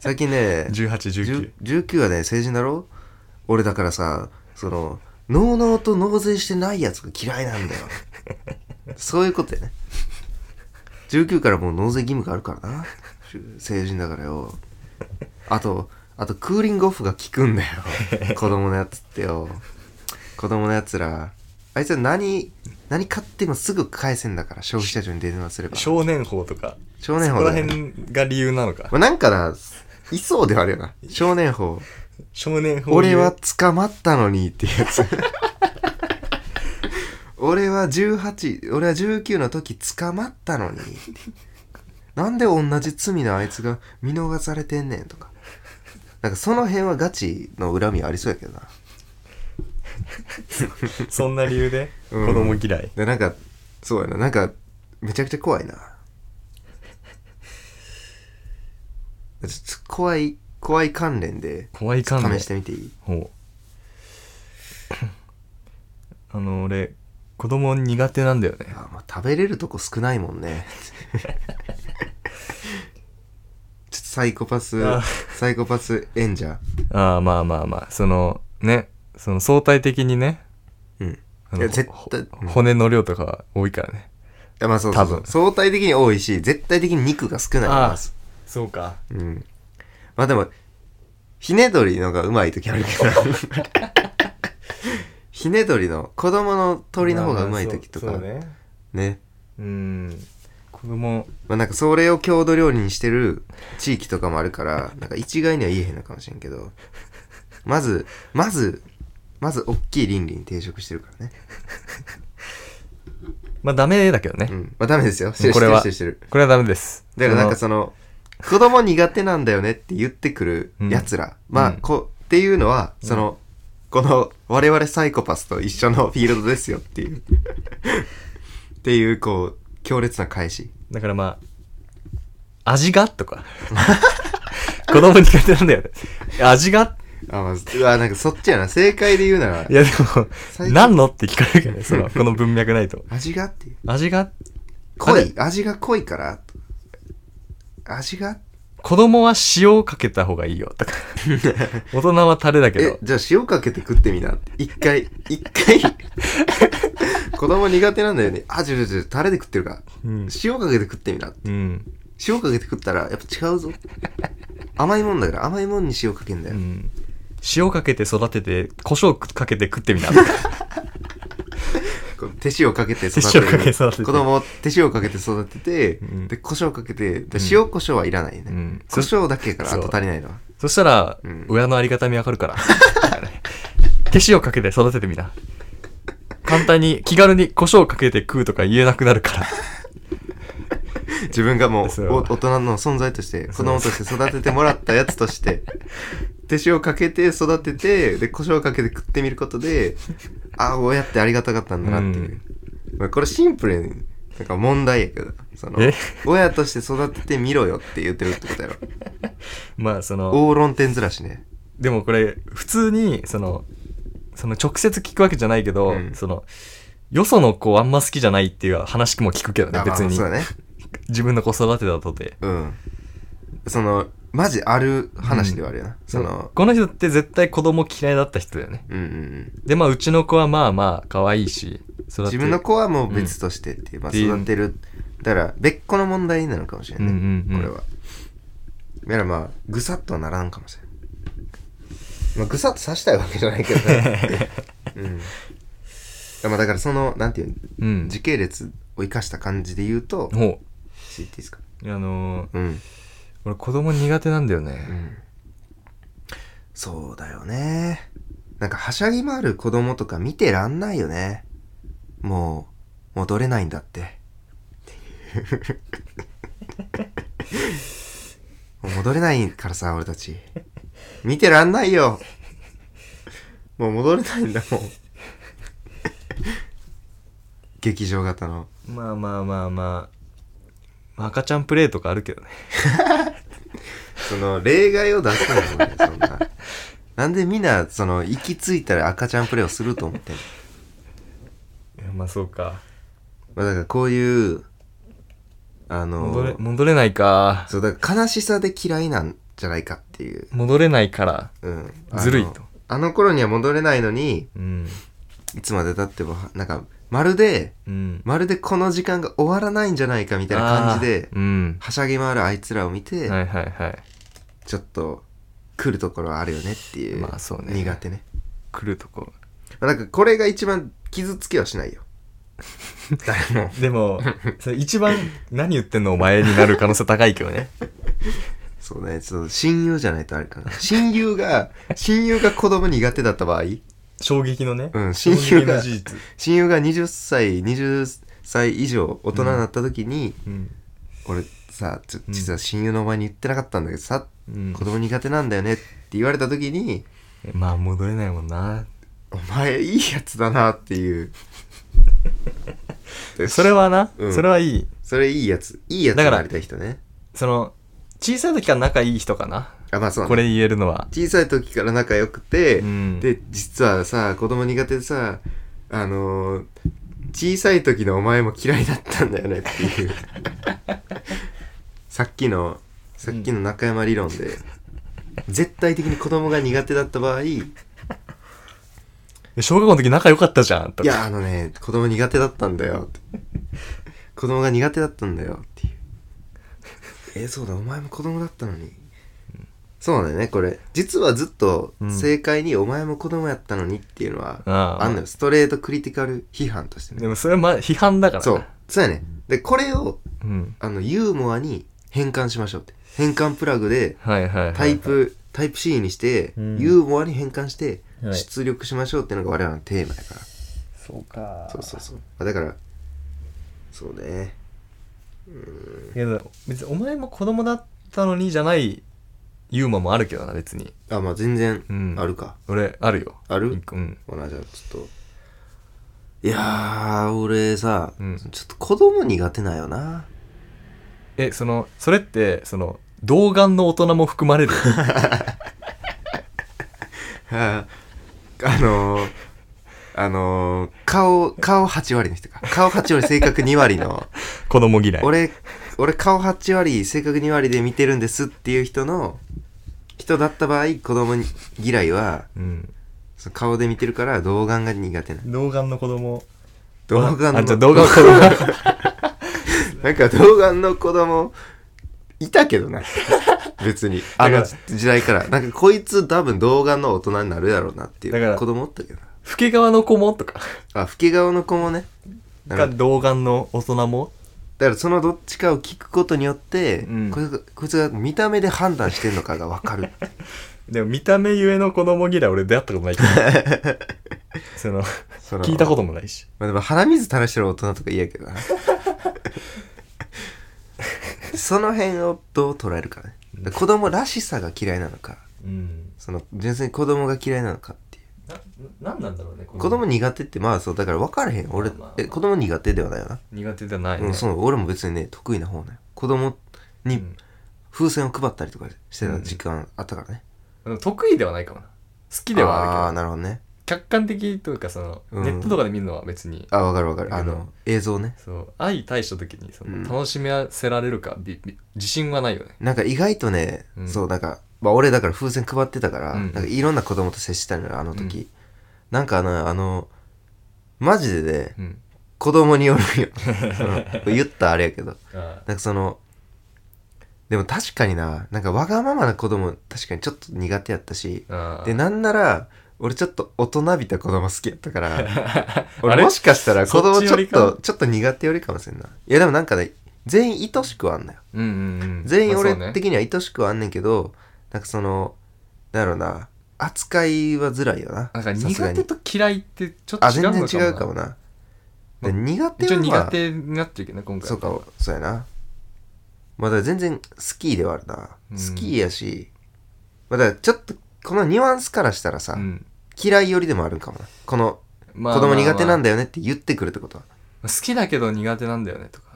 Speaker 1: 最近ね <laughs>
Speaker 2: 1819
Speaker 1: 19はね成人だろ俺だからさそのノーノーと納税してないやつが嫌いなんだよそういうことやね19からもう納税義務があるからな成人だからよあとあとクーリングオフが効くんだよ子供のやつってよ子供のやつらあいつは何何買ってもすぐ返せんだから消費者庁に電話すれば少
Speaker 2: 少年法とか
Speaker 1: 年法
Speaker 2: ここ
Speaker 1: だ
Speaker 2: ら
Speaker 1: よね
Speaker 2: 辺が理由なのか
Speaker 1: まあ、なんかな、いそうではあるよな。少年法。
Speaker 2: 少年法理
Speaker 1: 俺
Speaker 2: 由
Speaker 1: は捕まったのにっていうやつ。俺は18、俺は19の時捕まったのに。なんで同じ罪のあいつが見逃されてんねんとか。なんかその辺はガチの恨みありそうやけどな。
Speaker 2: そんな理由で
Speaker 1: うん
Speaker 2: 子供嫌い、
Speaker 1: で、なんか、そうやな。なんか、めちゃくちゃ怖いな。ちょっと怖い、怖い関連で
Speaker 2: 怖い感
Speaker 1: 試してみていい
Speaker 2: ほうあの俺子供苦手なんだよね
Speaker 1: あまあ食べれるとこ少ないもん
Speaker 2: <laughs>
Speaker 1: ねちょっとサイコパス
Speaker 2: あ
Speaker 1: サイコパス演者
Speaker 2: ああまあまあまあそのねその相対的にね
Speaker 1: うん
Speaker 2: あ
Speaker 1: い
Speaker 2: の
Speaker 1: や絶
Speaker 2: ほ
Speaker 1: 対うんい
Speaker 2: 骨の量とかは多いからね
Speaker 1: やまあそうそうそう
Speaker 2: 多分
Speaker 1: 相対的に多いし絶対的に肉が少ない
Speaker 2: あ
Speaker 1: ま
Speaker 2: あ
Speaker 1: ず
Speaker 2: そうか
Speaker 1: うんまあでもひねどりのがうまい時あるけど
Speaker 2: <laughs>
Speaker 1: ひねどりの子供の鳥の方がうまい時とか
Speaker 2: まあまあそうそうね
Speaker 1: ね
Speaker 2: うん子供
Speaker 1: まあなんかそれを郷土料理にしてる地域とかもあるから、なんか一概には言えへんのかもしれんけど、まず、まず、まず大きい倫理に抵触してるからね。
Speaker 2: まあダメだけどね、
Speaker 1: うん。まあダメですよ。してる
Speaker 2: これは
Speaker 1: してるしてるして
Speaker 2: これはダメです
Speaker 1: る。だからなんかその、子供苦手なんだよねって言ってくる奴ら。
Speaker 2: うん
Speaker 1: まあ、
Speaker 2: うん
Speaker 1: こう、っていうのは、その、この我々サイコパスと一緒のフィールドですよっていう。 <laughs> っていう、こう、強烈な返し。
Speaker 2: のだからまあ味がとか <laughs> 子供苦手なんだよね味が
Speaker 1: あ、まあ、うわ、なんかそっちやな。正解で言うなら
Speaker 2: い、やで
Speaker 1: 最
Speaker 2: も
Speaker 1: 近
Speaker 2: 何のって聞かれるけどねそのこの文脈ないと
Speaker 1: 味がっていう。
Speaker 2: 味が
Speaker 1: 濃
Speaker 2: あ
Speaker 1: い味が濃いから味が
Speaker 2: 子供は塩をかけた方がいいよ
Speaker 1: <laughs>
Speaker 2: とか大人はタレだけ
Speaker 1: え
Speaker 2: ど
Speaker 1: じゃあ塩かけて食ってみな一回一回 <laughs> 子供苦手なんだよねあちょちょちょタレで食ってるから、
Speaker 2: うん
Speaker 1: 塩かけて食ってみな
Speaker 2: うん
Speaker 1: 塩かけて食ったらやっぱ違うぞ甘いもんだから甘いもんに塩かけんだ
Speaker 2: う
Speaker 1: よ、
Speaker 2: ん塩かけて育てて胡椒かけて食ってみなとか
Speaker 1: こう手塩かけて育
Speaker 2: 手塩かけて
Speaker 1: てる
Speaker 2: 育てて
Speaker 1: 子供を手塩かけて育てて、
Speaker 2: うん
Speaker 1: で胡椒かけてで塩胡椒はいらないね、
Speaker 2: うん
Speaker 1: 胡椒だけやから
Speaker 2: そ
Speaker 1: あ
Speaker 2: う
Speaker 1: と足りないのは
Speaker 2: <laughs> そしたら、
Speaker 1: うん
Speaker 2: 親のありがたみわかるから。 <laughs> 手塩かけて育ててみな。簡単に、気軽に胡椒かけて食うとか言えなくなるから。
Speaker 1: <laughs> 自分がもう
Speaker 2: そう
Speaker 1: お大人の存在として子供として育ててもらったやつと
Speaker 2: <laughs>
Speaker 1: して手塩かけて育ててで胡椒かけて食ってみることでああ親ってありがたかったんだなっていう、まあこれシンプルになんか問題やけどその
Speaker 2: え
Speaker 1: 親として育ててみろよって言ってるってことや
Speaker 2: <laughs>
Speaker 1: ろ
Speaker 2: まあ、その、
Speaker 1: 大論点ずらしね
Speaker 2: でもこれ、普通に、その、その直接聞くわけじゃないけ
Speaker 1: う
Speaker 2: ど、
Speaker 1: ん
Speaker 2: その、よその子あんま好きじゃないっていう話も聞くけどね
Speaker 1: あ、まあ
Speaker 2: 別に
Speaker 1: そ。うだね
Speaker 2: 自分の子育てだとて。
Speaker 1: うんそのマジある話ではあるよな、その
Speaker 2: この人って絶対子供嫌いだった人だよね。
Speaker 1: うんうんうん
Speaker 2: で、まあ、うちの子はまあまあ、可愛いし、育て
Speaker 1: 自分の子はもう別としてっていう、まあ
Speaker 2: うん
Speaker 1: 育てるだから別個の問題なのかもしれない、
Speaker 2: うんうんうん
Speaker 1: これはだからまあぐさっとはならんかもしれないまあぐさっと刺したいわけじゃないけど
Speaker 2: <laughs>
Speaker 1: ね、うん、まあだからそのなんていう
Speaker 2: う
Speaker 1: の
Speaker 2: ん。
Speaker 1: 時系列を生かした感じで言うと
Speaker 2: ほ
Speaker 1: 言っていいですか
Speaker 2: う。あのー、
Speaker 1: うん、
Speaker 2: 俺子供苦手なんだよ
Speaker 1: う
Speaker 2: ね。
Speaker 1: ん、そうだよねなんかはしゃぎ回る子供とか見てらんないよねもう戻れないんだってもう戻れないからさ俺たち見てらんないよもう戻れないんだもん劇場型の
Speaker 2: まあまあまあまあ。赤ちゃんプレイとかあるけどね。
Speaker 1: その例外を出すのもねそんななんでみんなその行き着いたら赤ちゃんプレイをすると思ってんの <laughs>
Speaker 2: いやまあそうか。
Speaker 1: まあだからこういうあ
Speaker 2: 戻れ、
Speaker 1: の
Speaker 2: 戻れないか。
Speaker 1: そうだから悲しさで嫌いなんじゃないかっていう、
Speaker 2: 戻れないから。
Speaker 1: うん、あの
Speaker 2: ずるいと
Speaker 1: あの頃には戻れないのに
Speaker 2: うん。
Speaker 1: いつまでたってもなんかまるで
Speaker 2: うん。
Speaker 1: まるでこの時間が終わらないんじゃないかみたいな感じで
Speaker 2: あーうん。
Speaker 1: はしゃぎ回るあいつらを見て、
Speaker 2: はいはいはい。
Speaker 1: ちょっと来るところはあるよねっていう,、
Speaker 2: まあそうね
Speaker 1: 苦手ね
Speaker 2: 来るとこ。
Speaker 1: まあなんかこれが一番傷つけはしない
Speaker 2: <laughs>
Speaker 1: よ誰も
Speaker 2: で <laughs> も、それ一番何言ってんのお前になる可能性高いけどね。
Speaker 1: そうねちょっと親友じゃないとあれかな親友
Speaker 2: <laughs>
Speaker 1: が親友が子供苦手だった場合
Speaker 2: 衝撃のね。
Speaker 1: うん
Speaker 2: 衝
Speaker 1: 親
Speaker 2: 撃
Speaker 1: 友
Speaker 2: の
Speaker 1: が
Speaker 2: 事実。
Speaker 1: 親友が20歳20歳以上大人になった時に、
Speaker 2: うん。
Speaker 1: 俺さちょ
Speaker 2: うん
Speaker 1: 実は親友のお前に言ってなかったんだけどさ、
Speaker 2: うん
Speaker 1: 子供苦手なんだよねって言われた時に
Speaker 2: まあ戻れないもんな。
Speaker 1: お前いいやつだなっていう
Speaker 2: <laughs> それはな、
Speaker 1: うん
Speaker 2: それはいい。
Speaker 1: それいいやついいやつ
Speaker 2: だ
Speaker 1: に
Speaker 2: から
Speaker 1: なりたい人ね
Speaker 2: その、小さい時から仲いい人かな。
Speaker 1: あまあそうね
Speaker 2: これ言えるのは。
Speaker 1: 小さい時から仲良くて、
Speaker 2: うん
Speaker 1: で実はさ子供苦手でさあのー小さい時のお前も嫌いだったんだよねっていうさっきのさっきの中山理論で、絶対的に子供が苦手だった場合い
Speaker 2: 小学校の時仲良かったじゃんとか。
Speaker 1: やあのね子供苦手だったんだよって子供が苦手だったんだよっていうえそうだお前も子供だったのにそうなんだよねこれ実はずっと
Speaker 2: うん
Speaker 1: 正解に「お前も子供やったのに」っていうのは、
Speaker 2: ああ
Speaker 1: あんのよストレートクリティカル批判としてね
Speaker 2: でもそれはまあ批判だからな
Speaker 1: そうそうやねでこれを
Speaker 2: うん。
Speaker 1: あのユーモアに変換しましょうって変換プラグで
Speaker 2: はいはい、はい。
Speaker 1: タイ。プタイプ C にして、
Speaker 2: うん
Speaker 1: ユーモアに変換して
Speaker 2: はい
Speaker 1: 出力しましょうっていうのが我々のテーマやから、
Speaker 2: そうか。
Speaker 1: そうそうそうまあだからそうね
Speaker 2: けど、別にお前も子供だったのにじゃないユーモアもあるけどな、別に。
Speaker 1: あまあ全然
Speaker 2: うん
Speaker 1: あるか、
Speaker 2: 俺、あるよ。
Speaker 1: ある
Speaker 2: うん。
Speaker 1: ほなじゃあちょっといやー俺さ、
Speaker 2: うん
Speaker 1: ちょっと子供苦手なんよな
Speaker 2: え、その、それって、その、童顔の大人も含
Speaker 1: <laughs>
Speaker 2: まれる。
Speaker 1: あのー、あのー、顔、顔8割の人か。顔8割、性格2割
Speaker 2: <laughs>
Speaker 1: の。
Speaker 2: 子供嫌い。
Speaker 1: 俺、俺顔8割、性格2割で見てるんですっていう人の、人だった場合、子供に嫌いは、
Speaker 2: うん。
Speaker 1: その顔で見てるから、童顔が苦手なの。
Speaker 2: 童顔の子供。
Speaker 1: 童顔
Speaker 2: あ、じゃあ
Speaker 1: の、
Speaker 2: 童顔の子供。
Speaker 1: <laughs>
Speaker 2: <laughs>
Speaker 1: なんか童顔の子供、いたけど
Speaker 2: <laughs>
Speaker 1: な。別に。あの
Speaker 2: だか
Speaker 1: 時代から。なんかこいつ多分童顔の大人になるやろうなってい
Speaker 2: だか
Speaker 1: う
Speaker 2: ら
Speaker 1: 子供おったけどな。
Speaker 2: 老け側の子もとか
Speaker 1: あ老け顔の子もねなる
Speaker 2: が
Speaker 1: ほど
Speaker 2: 童顔の大人も
Speaker 1: だからそのどっちかを聞くことによって、
Speaker 2: うん
Speaker 1: こいつがこいつが見た目で判断してんのかが分か
Speaker 2: <laughs>
Speaker 1: る
Speaker 2: でも見た目ゆえの子供嫌い俺出会った
Speaker 1: <laughs>
Speaker 2: ことないけどその
Speaker 1: その
Speaker 2: 聞いたこともないし
Speaker 1: まあでも鼻水垂らしてる大人とか嫌やけ
Speaker 2: <laughs>
Speaker 1: どなその辺をどう捉えるかねだから子供らしさが嫌いなのか
Speaker 2: うん
Speaker 1: その純粋に子供が嫌いなのかっていう
Speaker 2: ななんなんだろうね子
Speaker 1: 子供苦手ってまあそうだから分からへん俺、
Speaker 2: まあまあ
Speaker 1: え子供苦手ではないよな、
Speaker 2: 苦手じゃない、ね
Speaker 1: うん、そう俺も別にね得意な方ね子供
Speaker 2: う
Speaker 1: に
Speaker 2: ん
Speaker 1: 風船を配ったりとかしてた時間あったからね、
Speaker 2: でも得意ではないかもな好きでは
Speaker 1: ああ
Speaker 2: あ
Speaker 1: ー
Speaker 2: る
Speaker 1: なるほどね
Speaker 2: けど客観的というかその、
Speaker 1: うん
Speaker 2: ネットとかで見るのは別に
Speaker 1: あわかるわかる
Speaker 2: だ
Speaker 1: あ
Speaker 2: けど
Speaker 1: の映像ね
Speaker 2: そう愛対した時にその、
Speaker 1: うん
Speaker 2: 楽しめせられるかびび自信はないよね
Speaker 1: なんか意外とね、
Speaker 2: うん
Speaker 1: そうなんか、まあ、俺だから風船配ってたから、
Speaker 2: うん
Speaker 1: なんかいろんな子供と接したのよあの時、なんかあのあのマジでね
Speaker 2: うん
Speaker 1: 子供によるよ
Speaker 2: <laughs>
Speaker 1: その言ったらあれやけど
Speaker 2: あ
Speaker 1: なんかそのでも確かにななんかわがままな子供確かにちょっと苦手やったし
Speaker 2: あ <laughs>
Speaker 1: でなんなら俺ちょっと大人びた子供好きやったから
Speaker 2: <laughs> あ
Speaker 1: 俺
Speaker 2: れ
Speaker 1: もしかしたら子供
Speaker 2: そっち
Speaker 1: ち
Speaker 2: よ
Speaker 1: ょっ
Speaker 2: りか
Speaker 1: とちょっと苦手よりかもしれんないいやでもなんかね全員愛しくはあんのよ
Speaker 2: うんうんうん
Speaker 1: 全員俺
Speaker 2: まあそうね
Speaker 1: 的には愛しくはあんねんけど、なんかそのなんやろな扱いはづらいよな
Speaker 2: なんか
Speaker 1: さすが
Speaker 2: 苦手
Speaker 1: に
Speaker 2: と嫌いってちょっと
Speaker 1: あ
Speaker 2: 違うの
Speaker 1: 全
Speaker 2: かも
Speaker 1: 然
Speaker 2: な
Speaker 1: 違うかもな、
Speaker 2: ま
Speaker 1: で苦手
Speaker 2: 一
Speaker 1: は、
Speaker 2: 応
Speaker 1: まあ、
Speaker 2: 苦手になってるけどね今回
Speaker 1: そうかそうやなまあだから全然スキーではあるな、
Speaker 2: うん
Speaker 1: スキーやしまあだからちょっとこのニュアンスからしたらさ、
Speaker 2: うん
Speaker 1: 嫌いよりでもあるんかもなこの
Speaker 2: まあ
Speaker 1: 子供苦手なん
Speaker 2: だ
Speaker 1: だよねって言ってくるってことは、
Speaker 2: 好きだけど苦手なんだよねとか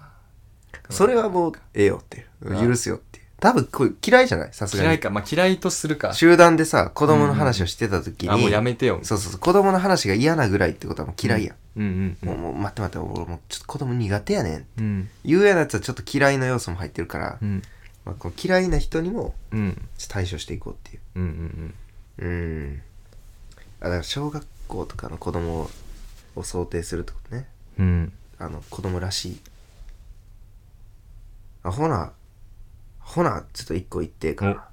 Speaker 1: それはもうええよっていう
Speaker 2: あ
Speaker 1: 許すよっていう多分これ嫌いじゃないさすが
Speaker 2: 嫌
Speaker 1: に
Speaker 2: いかまあ嫌いとするか
Speaker 1: 集団でさ子供の話をしてた時に、
Speaker 2: あもうやめてよ
Speaker 1: そうそうそう子供の話が嫌なぐらいってことはもう嫌いや、
Speaker 2: うんうん
Speaker 1: もうもう待って待って俺もうちょっと子供苦手やねん
Speaker 2: うん
Speaker 1: 言うやなやつはちょっと嫌いの要素も入ってるから、
Speaker 2: うん
Speaker 1: まあ、この嫌いな人にも
Speaker 2: うんうん
Speaker 1: ちょっと対処していこうっていう
Speaker 2: うんうん
Speaker 1: うんあだから小学校とかの子供を想定するってことね
Speaker 2: うん
Speaker 1: あの子供らしいあほなほなちょっと一個言ってええかな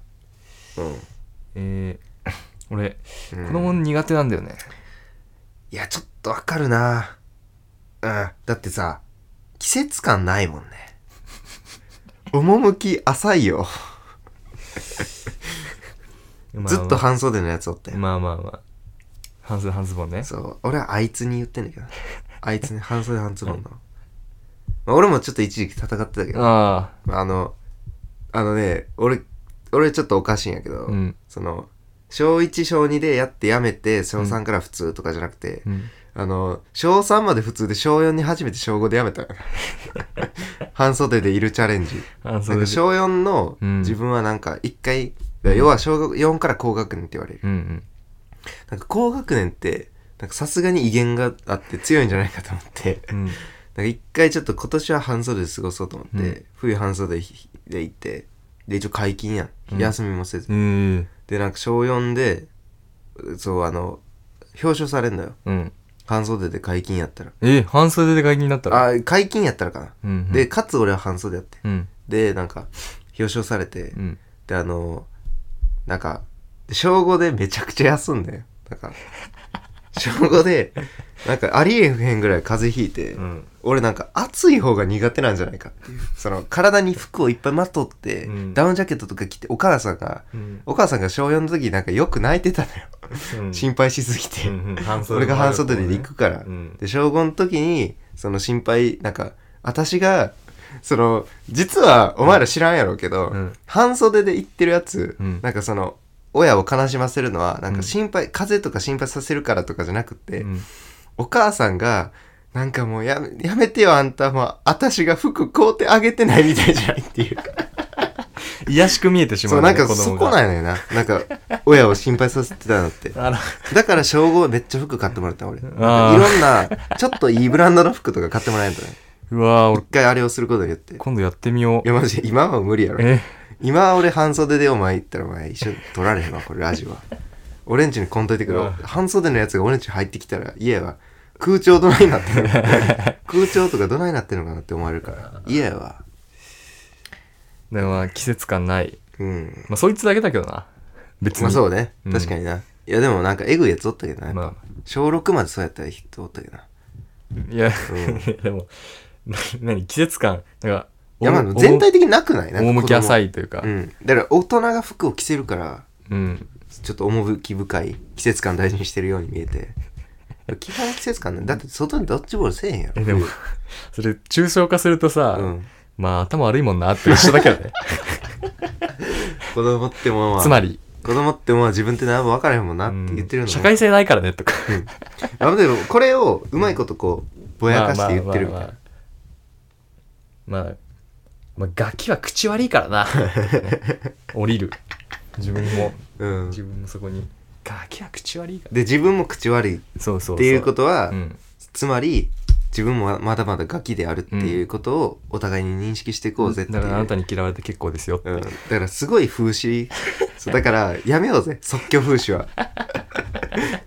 Speaker 1: うん
Speaker 2: えー俺
Speaker 1: うん
Speaker 2: 子供苦手なんだよね
Speaker 1: いや、ちょっとわかるなうん。だってさ、季節感ないもんね。趣浅いよ。
Speaker 2: まあ
Speaker 1: ずっと半袖のやつおったよ。
Speaker 2: まあまあまあ半袖半ズボンね
Speaker 1: そう。俺はあいつに言ってんだけ
Speaker 2: <laughs>
Speaker 1: ど。あいつね、半袖半ズボンの。まあ、俺もちょっと一時期戦ってたけど、
Speaker 2: あ
Speaker 1: まあ、あの、あのね、俺、俺ちょっとおかしいんやけど、
Speaker 2: あうん
Speaker 1: その、小1、小2でやってやめて、小3から普通とかじゃなくて、
Speaker 2: うん
Speaker 1: あの、小3まで普通で小4に初めて小5でやめ
Speaker 2: <laughs>
Speaker 1: た。半袖でいるチャレンジ。
Speaker 2: 半
Speaker 1: なん
Speaker 2: 袖
Speaker 1: か
Speaker 2: で
Speaker 1: 小4の
Speaker 2: うん
Speaker 1: 自分はなんか一回、だから要は小学4から高学年って言われる。
Speaker 2: うんうん
Speaker 1: なんか高学年って、なんかさすがに威厳があって強いんじゃないかと思
Speaker 2: <laughs>
Speaker 1: って、
Speaker 2: うん
Speaker 1: なんか一回ちょっと今年は半袖で過ごそうと思って、
Speaker 2: うん
Speaker 1: 冬半袖で行って、で一応解禁や
Speaker 2: うん
Speaker 1: ん。休みもせず。
Speaker 2: うん
Speaker 1: で、なんか小4で、そうあの、表彰されんのよ。
Speaker 2: うん
Speaker 1: 半袖で解禁やったら。
Speaker 2: え半袖で外気になったら
Speaker 1: あ解禁やったらかな、
Speaker 2: うんうん
Speaker 1: でかつ俺は半袖やって
Speaker 2: うん
Speaker 1: でなんか表彰されて、
Speaker 2: うん
Speaker 1: であのなんか小5でめちゃくちゃ休んでなんか小5でなんかありえへんぐらい風邪ひいて、
Speaker 2: うん
Speaker 1: 俺なんか暑い方が苦手なんじゃないかっていうその体に服をいっぱいまとって、
Speaker 2: うん
Speaker 1: ダウンジャケットとか着てお母さんが
Speaker 2: うん
Speaker 1: お母さんが小4の時なんかよく泣いてたのよ、
Speaker 2: うん
Speaker 1: 心配しすぎて、
Speaker 2: うんうん半袖
Speaker 1: 俺が半袖で行くから、
Speaker 2: うん
Speaker 1: で小5の時にその心配なんか私がその実はお前ら知らんやろうけど、
Speaker 2: うん
Speaker 1: 半袖で行ってるやつ、
Speaker 2: うん
Speaker 1: なんかその親を悲しませるのはなん
Speaker 2: うん
Speaker 1: か心配、風邪とか心配させるからとかじゃなくて、
Speaker 2: うん
Speaker 1: お母さんがなんかもうやめやめてよあんたもう私が服買うてあげてないみたいじゃないって
Speaker 2: <laughs>
Speaker 1: いう
Speaker 2: 癒やしく見えてしま
Speaker 1: そうう
Speaker 2: ね、
Speaker 1: なんかそこなんやねんななんか親を心配させてたのって
Speaker 2: あの
Speaker 1: だから小5めっちゃ服買ってもらった俺なん
Speaker 2: あ
Speaker 1: か
Speaker 2: ー
Speaker 1: いろんなちょっといいブランドの服とか買ってもらえんとね
Speaker 2: <laughs> うわー俺
Speaker 1: 一回あれをすることによってい
Speaker 2: 今度やってみよう
Speaker 1: やマジで今は無理やろ
Speaker 2: え
Speaker 1: 今は俺半袖でお前行ったらお前一緒に取られへんわこれラジオ
Speaker 2: <laughs>
Speaker 1: は俺んちにこんといてく
Speaker 2: う
Speaker 1: る
Speaker 2: ん
Speaker 1: 半袖のやつが俺んち入ってきたら家は空調どないなって
Speaker 2: <laughs>
Speaker 1: る空調とかどないなってるのかなって思われるから家は
Speaker 2: でもまあ季節感ない
Speaker 1: うん
Speaker 2: まあそいつだけだけどな別に、
Speaker 1: まあそうね
Speaker 2: うん
Speaker 1: 確かにな、いやでもなんかエグいやつおったけどな、やっぱ
Speaker 2: ま
Speaker 1: 小6までそうやったら人おったけどな
Speaker 2: あいや、
Speaker 1: う
Speaker 2: <laughs> でもな何季節感なんか
Speaker 1: いやまあ全体的になくないなんか
Speaker 2: 大向き浅
Speaker 1: い
Speaker 2: いというか
Speaker 1: うんだから大人が服を着せるから
Speaker 2: うん、
Speaker 1: ちょっと趣深い季節感大事にしてるように見えて基本季節感なんだって外にドッジボールせえへんや
Speaker 2: え
Speaker 1: ろ <laughs>
Speaker 2: でもそれ抽象化するとさ、
Speaker 1: うん、
Speaker 2: まあ頭悪いもんなって一緒だけどね
Speaker 1: 子供ってもんは
Speaker 2: つまり
Speaker 1: 子供ってもんは自分って何も分からへんもんなっ
Speaker 2: うん
Speaker 1: て言ってるのも
Speaker 2: 社会性ないからねとか
Speaker 1: あでもこれをうまいことこうぼやかして言ってるみ
Speaker 2: ま
Speaker 1: た
Speaker 2: あ
Speaker 1: いな
Speaker 2: まあまあまあ、まあガキは口悪いか
Speaker 1: <laughs>
Speaker 2: らな降りる自分も
Speaker 1: うん
Speaker 2: 自分もそこにガキは口悪いから
Speaker 1: で自分も口悪いっ
Speaker 2: そうそうそう
Speaker 1: ていうことは
Speaker 2: うん
Speaker 1: つまり自分もまだまだガキであるっていうことをお互いに認識していこうぜっていう、
Speaker 2: だからあなた
Speaker 1: に、
Speaker 2: に嫌われて結構ですよって、
Speaker 1: うん、だからすごい風刺そうだからやめようぜ即興風刺は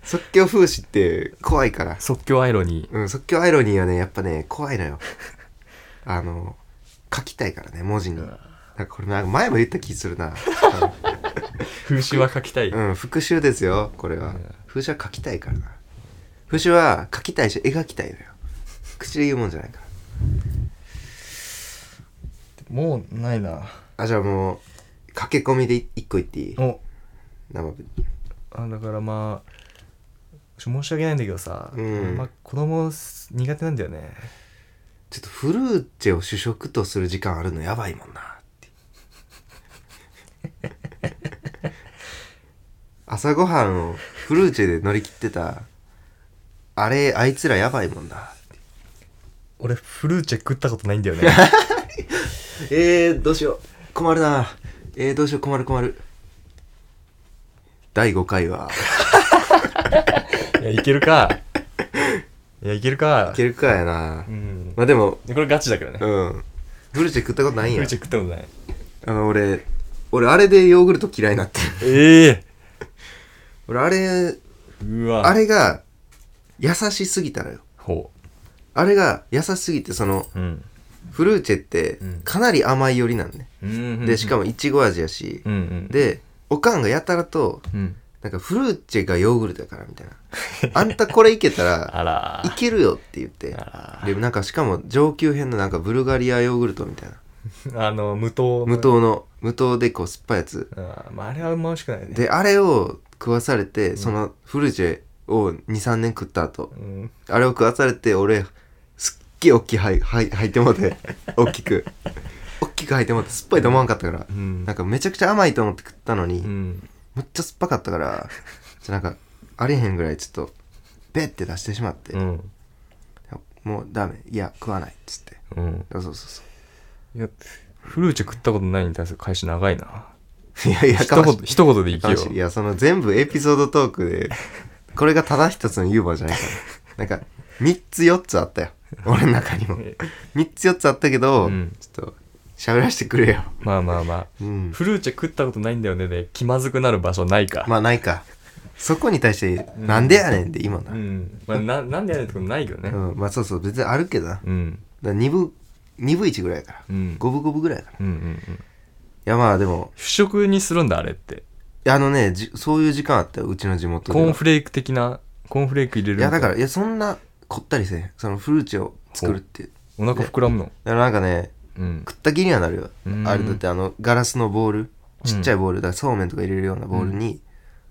Speaker 1: 即興風刺って怖いから、
Speaker 2: 即興アイロニー
Speaker 1: うん、即興アイロニーはねやっぱね怖いのよあの書きたいからね文字になんかこれなんか前も言った気するな
Speaker 2: 風刺は書きたい、
Speaker 1: うん、復習ですよ、これは。風習は書きたいからな。風習は書きたいし、描きたいのよ。口で言うもんじゃないから。
Speaker 2: もうないな
Speaker 1: あ、じゃあもう、駆け込みで一個言っていい
Speaker 2: お
Speaker 1: 生ぶ
Speaker 2: あだからまあちょ申し訳ないんだけどさ、
Speaker 1: うん
Speaker 2: まあ、子供す苦手なんだよね
Speaker 1: ちょっとフルーチェを主食とする時間あるのやばいもん <laughs> なって。朝ごはんをフルーチェで乗り切ってた、あれ、あいつらやばいもんなって。
Speaker 2: 俺フルーチェ食ったことないんだよ
Speaker 1: <laughs>
Speaker 2: ね
Speaker 1: えー、どうしよう。困るな。えー、どうしよう、困る困る。第5回は。
Speaker 2: いやいけるかいやいけるか
Speaker 1: いけるかやな
Speaker 2: う。ん
Speaker 1: まあでも、
Speaker 2: これガチだけどね
Speaker 1: うん。フルーチェ食ったことないん
Speaker 2: フル
Speaker 1: や
Speaker 2: ー。チェ食ったことない
Speaker 1: あの、俺、俺あれでヨーグルト嫌いになってる。
Speaker 2: ええ
Speaker 1: 俺あれ、
Speaker 2: うわ
Speaker 1: あれが、優しすぎたのよ。
Speaker 2: ほ
Speaker 1: あれが優しすぎて、その、
Speaker 2: ううん
Speaker 1: フルーチェって
Speaker 2: うん、
Speaker 1: かなり甘い寄りなんね。
Speaker 2: うん
Speaker 1: で、しか
Speaker 2: も
Speaker 1: もいちご味やし
Speaker 2: う。んうん
Speaker 1: で、おかんがやたらと、
Speaker 2: うん
Speaker 1: なんかフルーチェがヨーグルトやからみたいな。あんたこれいけたら、
Speaker 2: <laughs> あら
Speaker 1: いけるよって言って
Speaker 2: あ
Speaker 1: でなんかしかも上級編のなんかブルガリアヨーグルトみたいな
Speaker 2: あの無糖の
Speaker 1: 無糖の無糖でこう酸っぱいやつ
Speaker 2: あーまああれはあんま美味しくないね
Speaker 1: であれを食わされてそのフルーチェを23年食った後
Speaker 2: うん
Speaker 1: あれを食わされて俺すっげえ大きいはいはい吐いてもう
Speaker 2: <laughs>
Speaker 1: て大きく大きく吐いてもうて酸っぱいと思わんかったから
Speaker 2: うん
Speaker 1: なんかめちゃくちゃ甘いと思って食ったのに
Speaker 2: うん
Speaker 1: むっちゃ酸っぱかったからじゃなんかありえへんぐらいちょっとベッて出してしまって
Speaker 2: うん
Speaker 1: もうダメいや食わないっつって
Speaker 2: うん
Speaker 1: そうそうそう
Speaker 2: いやフルーチェ食ったことないに対する返し長いない
Speaker 1: やいや、
Speaker 2: <laughs> 一
Speaker 1: かもし
Speaker 2: 言一言でい
Speaker 1: か
Speaker 2: け
Speaker 1: も
Speaker 2: よ
Speaker 1: しいや、その全部エピソードトーク
Speaker 2: <laughs>
Speaker 1: で、これがただ一つのユーモアじゃないから。なんか、3つ4つあったよ。俺の中にも。3つ4つあったけど、
Speaker 2: うん
Speaker 1: ちょっと、喋らせてくれよ。
Speaker 2: まあまあま
Speaker 1: う
Speaker 2: あ
Speaker 1: ん。
Speaker 2: フルーチェ食ったことないんだよねで気まずくなる場所ないか
Speaker 1: まあ、ないか。そこに対して、なんでやねんって今な。
Speaker 2: う
Speaker 1: うん、
Speaker 2: んま
Speaker 1: <laughs>
Speaker 2: あななんでやねんってことないけどね
Speaker 1: まあ、そうそう、別にあるけどな。だか
Speaker 2: うん
Speaker 1: ら2分、2分1ぐらいやから。
Speaker 2: うん
Speaker 1: 5分5分ぐらいやから。い
Speaker 2: うんうんうん
Speaker 1: や、まあ、でも、
Speaker 2: 主食にするんだあれって
Speaker 1: いやあのね、じそういう時間あったよ、うちの地元
Speaker 2: コ
Speaker 1: で
Speaker 2: ーン
Speaker 1: は。
Speaker 2: フレーク的なコーンフレーク入れる
Speaker 1: いや、だからら、いや、そんな、こったりせん。その、フルーチェを作るって。
Speaker 2: お腹膨らむの
Speaker 1: だからなんかね、
Speaker 2: うん
Speaker 1: 食った気にはなるよ
Speaker 2: うん
Speaker 1: あれだってあのガラスのボールちっちゃいボールだからそうめんとか入れるようなボールに、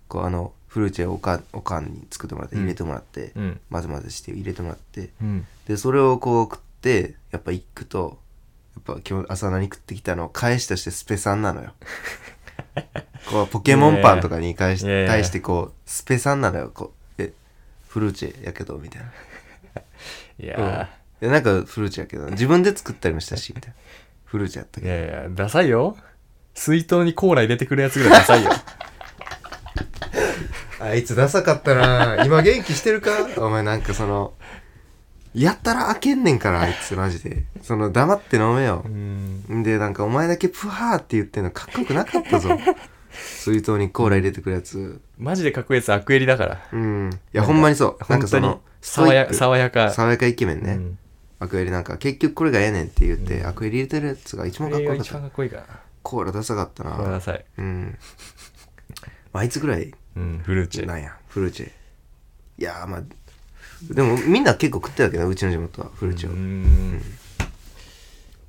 Speaker 1: こうあのフルーチェをおかんおかんに作ってもらって
Speaker 2: うん
Speaker 1: 入れてもらって、
Speaker 2: うん
Speaker 1: 混ぜ混ぜして入れてもらって
Speaker 2: うん
Speaker 1: でそれをこう食ってやっぱ一句とやっぱ今日朝何食ってきたのを返しとしてスペさんなの
Speaker 2: <laughs>
Speaker 1: よこうポケモンパンとかに返し,、
Speaker 2: いやいや
Speaker 1: 対してこうスペさんなのよこうえフルーチェやけどみたいない
Speaker 2: や
Speaker 1: でなんかフルーチェやけど自分で作ったりもしたしみたいなフルーチェやったけど
Speaker 2: ーいやいやダサいよ水筒にコーラ入れてくるやつぐらいダ
Speaker 1: <laughs>
Speaker 2: サいよ
Speaker 1: あいつダサかったな今元気してるかお前なんかその、やったら開けんねんから、あいつマジで。その、黙って飲めよ
Speaker 2: う。ん
Speaker 1: んで、なんかお前だけプハーって言ってんのかっこよくなかったぞ。水筒にコーラ入れてくるやつ。
Speaker 2: マジでかっこいいやつアクエリだから
Speaker 1: うん。いや、ほんまにそう。なんか
Speaker 2: 本当
Speaker 1: そ
Speaker 2: に
Speaker 1: の、
Speaker 2: 爽や
Speaker 1: 爽
Speaker 2: 爽や
Speaker 1: や
Speaker 2: か
Speaker 1: 爽やかイケメン
Speaker 2: う
Speaker 1: ね。
Speaker 2: ん
Speaker 1: アクエリなんか、結局これがええねんって言って、アクエリ入れてるやつが一
Speaker 2: こ
Speaker 1: 番かっこ
Speaker 2: れが
Speaker 1: よかっ
Speaker 2: 一
Speaker 1: た
Speaker 2: 番。かっこいいから
Speaker 1: コーラダサかった
Speaker 2: これ
Speaker 1: な
Speaker 2: ダサい
Speaker 1: うん。まああいつぐらい
Speaker 2: うん、フルーチ
Speaker 1: な
Speaker 2: ェ。
Speaker 1: んやフルーチェいやーまあでもみんな結構食ってたわけなうちの地元はフルーチェ
Speaker 2: う
Speaker 1: を、
Speaker 2: ん。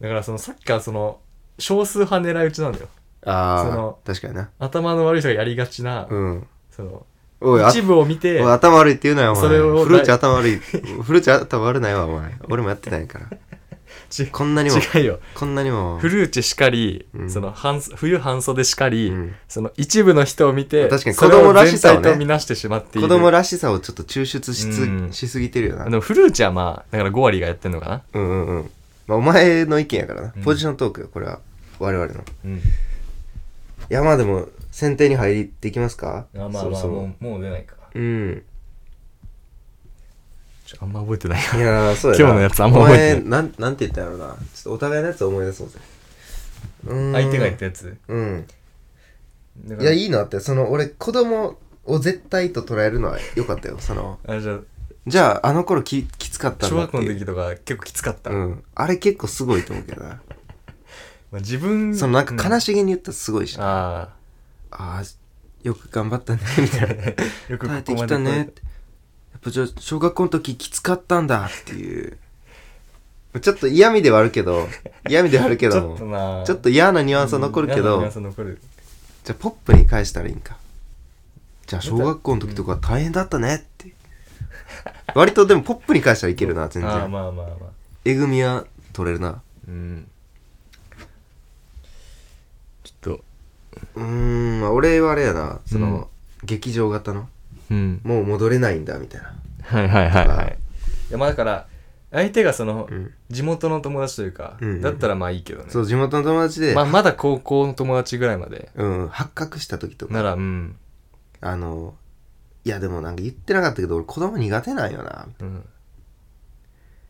Speaker 2: だからそのサッカーその少数派狙い撃ちなんだよ。そ
Speaker 1: あ
Speaker 2: の
Speaker 1: あ確かにな
Speaker 2: 頭の悪い人がやりがちな、
Speaker 1: うん
Speaker 2: その
Speaker 1: おいあ
Speaker 2: 一部を見て
Speaker 1: おい頭悪いって言うなよお前
Speaker 2: それを
Speaker 1: フルーチェ頭悪いフルーチェ頭悪ないわお前俺もやってたんやから
Speaker 2: ち
Speaker 1: こんなにも
Speaker 2: 違うよ。
Speaker 1: こんなにも
Speaker 2: フルーチェしかり、
Speaker 1: うん
Speaker 2: その半冬半袖しかり、
Speaker 1: うん
Speaker 2: その一部の人を見て
Speaker 1: 確かに
Speaker 2: それを
Speaker 1: 子供らしさをね
Speaker 2: 全体と見なしてしまってい
Speaker 1: 子
Speaker 2: る
Speaker 1: 供らしさをちょっと抽出しつ、
Speaker 2: うん
Speaker 1: しすぎてるよな
Speaker 2: でもフルーチェはまあだから5割がやってんのかな、
Speaker 1: うんうんうん、まあ、お前の意見やからな、
Speaker 2: うん
Speaker 1: ポジショントークよこれは我々のいやまあでも選定に入っていきますか
Speaker 2: あまあまあ
Speaker 1: そろそろ
Speaker 2: もうもう出ないか
Speaker 1: うん
Speaker 2: ちょあんま覚えてない
Speaker 1: い
Speaker 2: な
Speaker 1: やーそうやな
Speaker 2: 今日のやつあんま覚えて
Speaker 1: お前なんなんて言ったんやろなちょっとお互いのやつ思い出そうぜうーん
Speaker 2: 相手が言ったやつ
Speaker 1: うん
Speaker 2: だか
Speaker 1: い
Speaker 2: ら
Speaker 1: やいいのあってその俺子供を絶対と捉えるのは良かったよその
Speaker 2: あじゃ
Speaker 1: じゃああの頃ききつかっ
Speaker 2: あ
Speaker 1: たん
Speaker 2: 小
Speaker 1: だ
Speaker 2: 学
Speaker 1: って
Speaker 2: 校の
Speaker 1: いう
Speaker 2: 時とか結構きつかった、
Speaker 1: うんあれ結構すごいと思うけどな
Speaker 2: まあ、自分
Speaker 1: そのなんか悲
Speaker 2: しい、
Speaker 1: しげに言ったらすごいし
Speaker 2: うん
Speaker 1: な、あ
Speaker 2: あ <laughs>
Speaker 1: あーよく頑張ったねみたいな
Speaker 2: あ <laughs> よくこ
Speaker 1: 耐え
Speaker 2: こ
Speaker 1: て
Speaker 2: ま
Speaker 1: き
Speaker 2: で
Speaker 1: たねってやっぱじゃあ小学校の時きつかったんだっていうちょっと嫌味ではあるけど嫌味ではあるけ
Speaker 2: <laughs> ち
Speaker 1: ど
Speaker 2: ょ
Speaker 1: も
Speaker 2: っとな
Speaker 1: ちょっと嫌なニュアンスは残るけど、
Speaker 2: うん嫌なニュアンスは残る
Speaker 1: じゃあポップに返したらいいんかじゃあ小学校の時とか大変だったね
Speaker 2: <laughs>
Speaker 1: って、割とでもポップに返したらいけるな全
Speaker 2: ああ
Speaker 1: 然、
Speaker 2: まあまあまあ
Speaker 1: えぐみは取れるな
Speaker 2: うんちょっと
Speaker 1: うーんまあ俺はあれやなその、劇場型の
Speaker 2: うん
Speaker 1: もう戻れないんだみたいな
Speaker 2: はいはいはいは
Speaker 1: はい
Speaker 2: いやまあだから相手がその、
Speaker 1: うん
Speaker 2: 地元の友達というか、
Speaker 1: うんうん
Speaker 2: だったらまあいいけどね
Speaker 1: そう地元の友達で、
Speaker 2: まあ、まだ高校の友達ぐらいまで
Speaker 1: うん、発覚した時とか
Speaker 2: ならうん、
Speaker 1: あのいやでもなんか言ってなかったけど俺子供苦手なんよな
Speaker 2: うん、
Speaker 1: い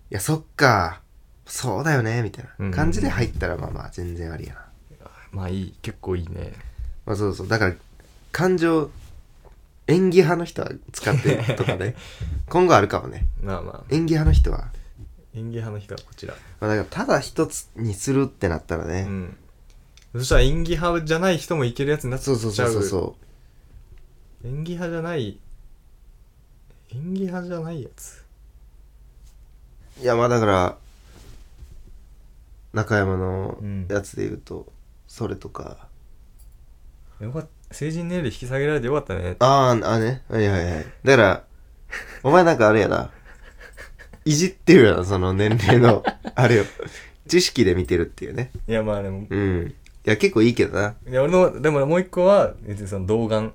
Speaker 1: やそっかそうだよねみたい
Speaker 2: うん
Speaker 1: な感じで入ったらまあまあ全然ありやな、
Speaker 2: まあいい結構いいね
Speaker 1: まあそうそうだから感情演技派の人は使ってとかね今後あるかもね
Speaker 2: まあまあ
Speaker 1: 演技派の人は、
Speaker 2: 演芸派の人はこちら
Speaker 1: まあ、だからただ一つにするってなったら
Speaker 2: う
Speaker 1: ね、
Speaker 2: んそしたら演技派じゃない人もいけるやつになっちゃ
Speaker 1: そううそうそうそうそ
Speaker 2: 演技派じゃない演技派じゃないやつ
Speaker 1: ういやまあだから中山の
Speaker 2: うん
Speaker 1: やつで言うと、それとか
Speaker 2: よかった成人年齢引き下げられてよかったね
Speaker 1: ああ、あね。はいはいはい。だから、お前なんかあれやな。いじってるよな、その年齢の、あれを。知識で見てるっていうね。
Speaker 2: いやまあでも
Speaker 1: うん。いや、結構いいけどな。
Speaker 2: いや俺のでももう一個は別にその童顔
Speaker 1: あ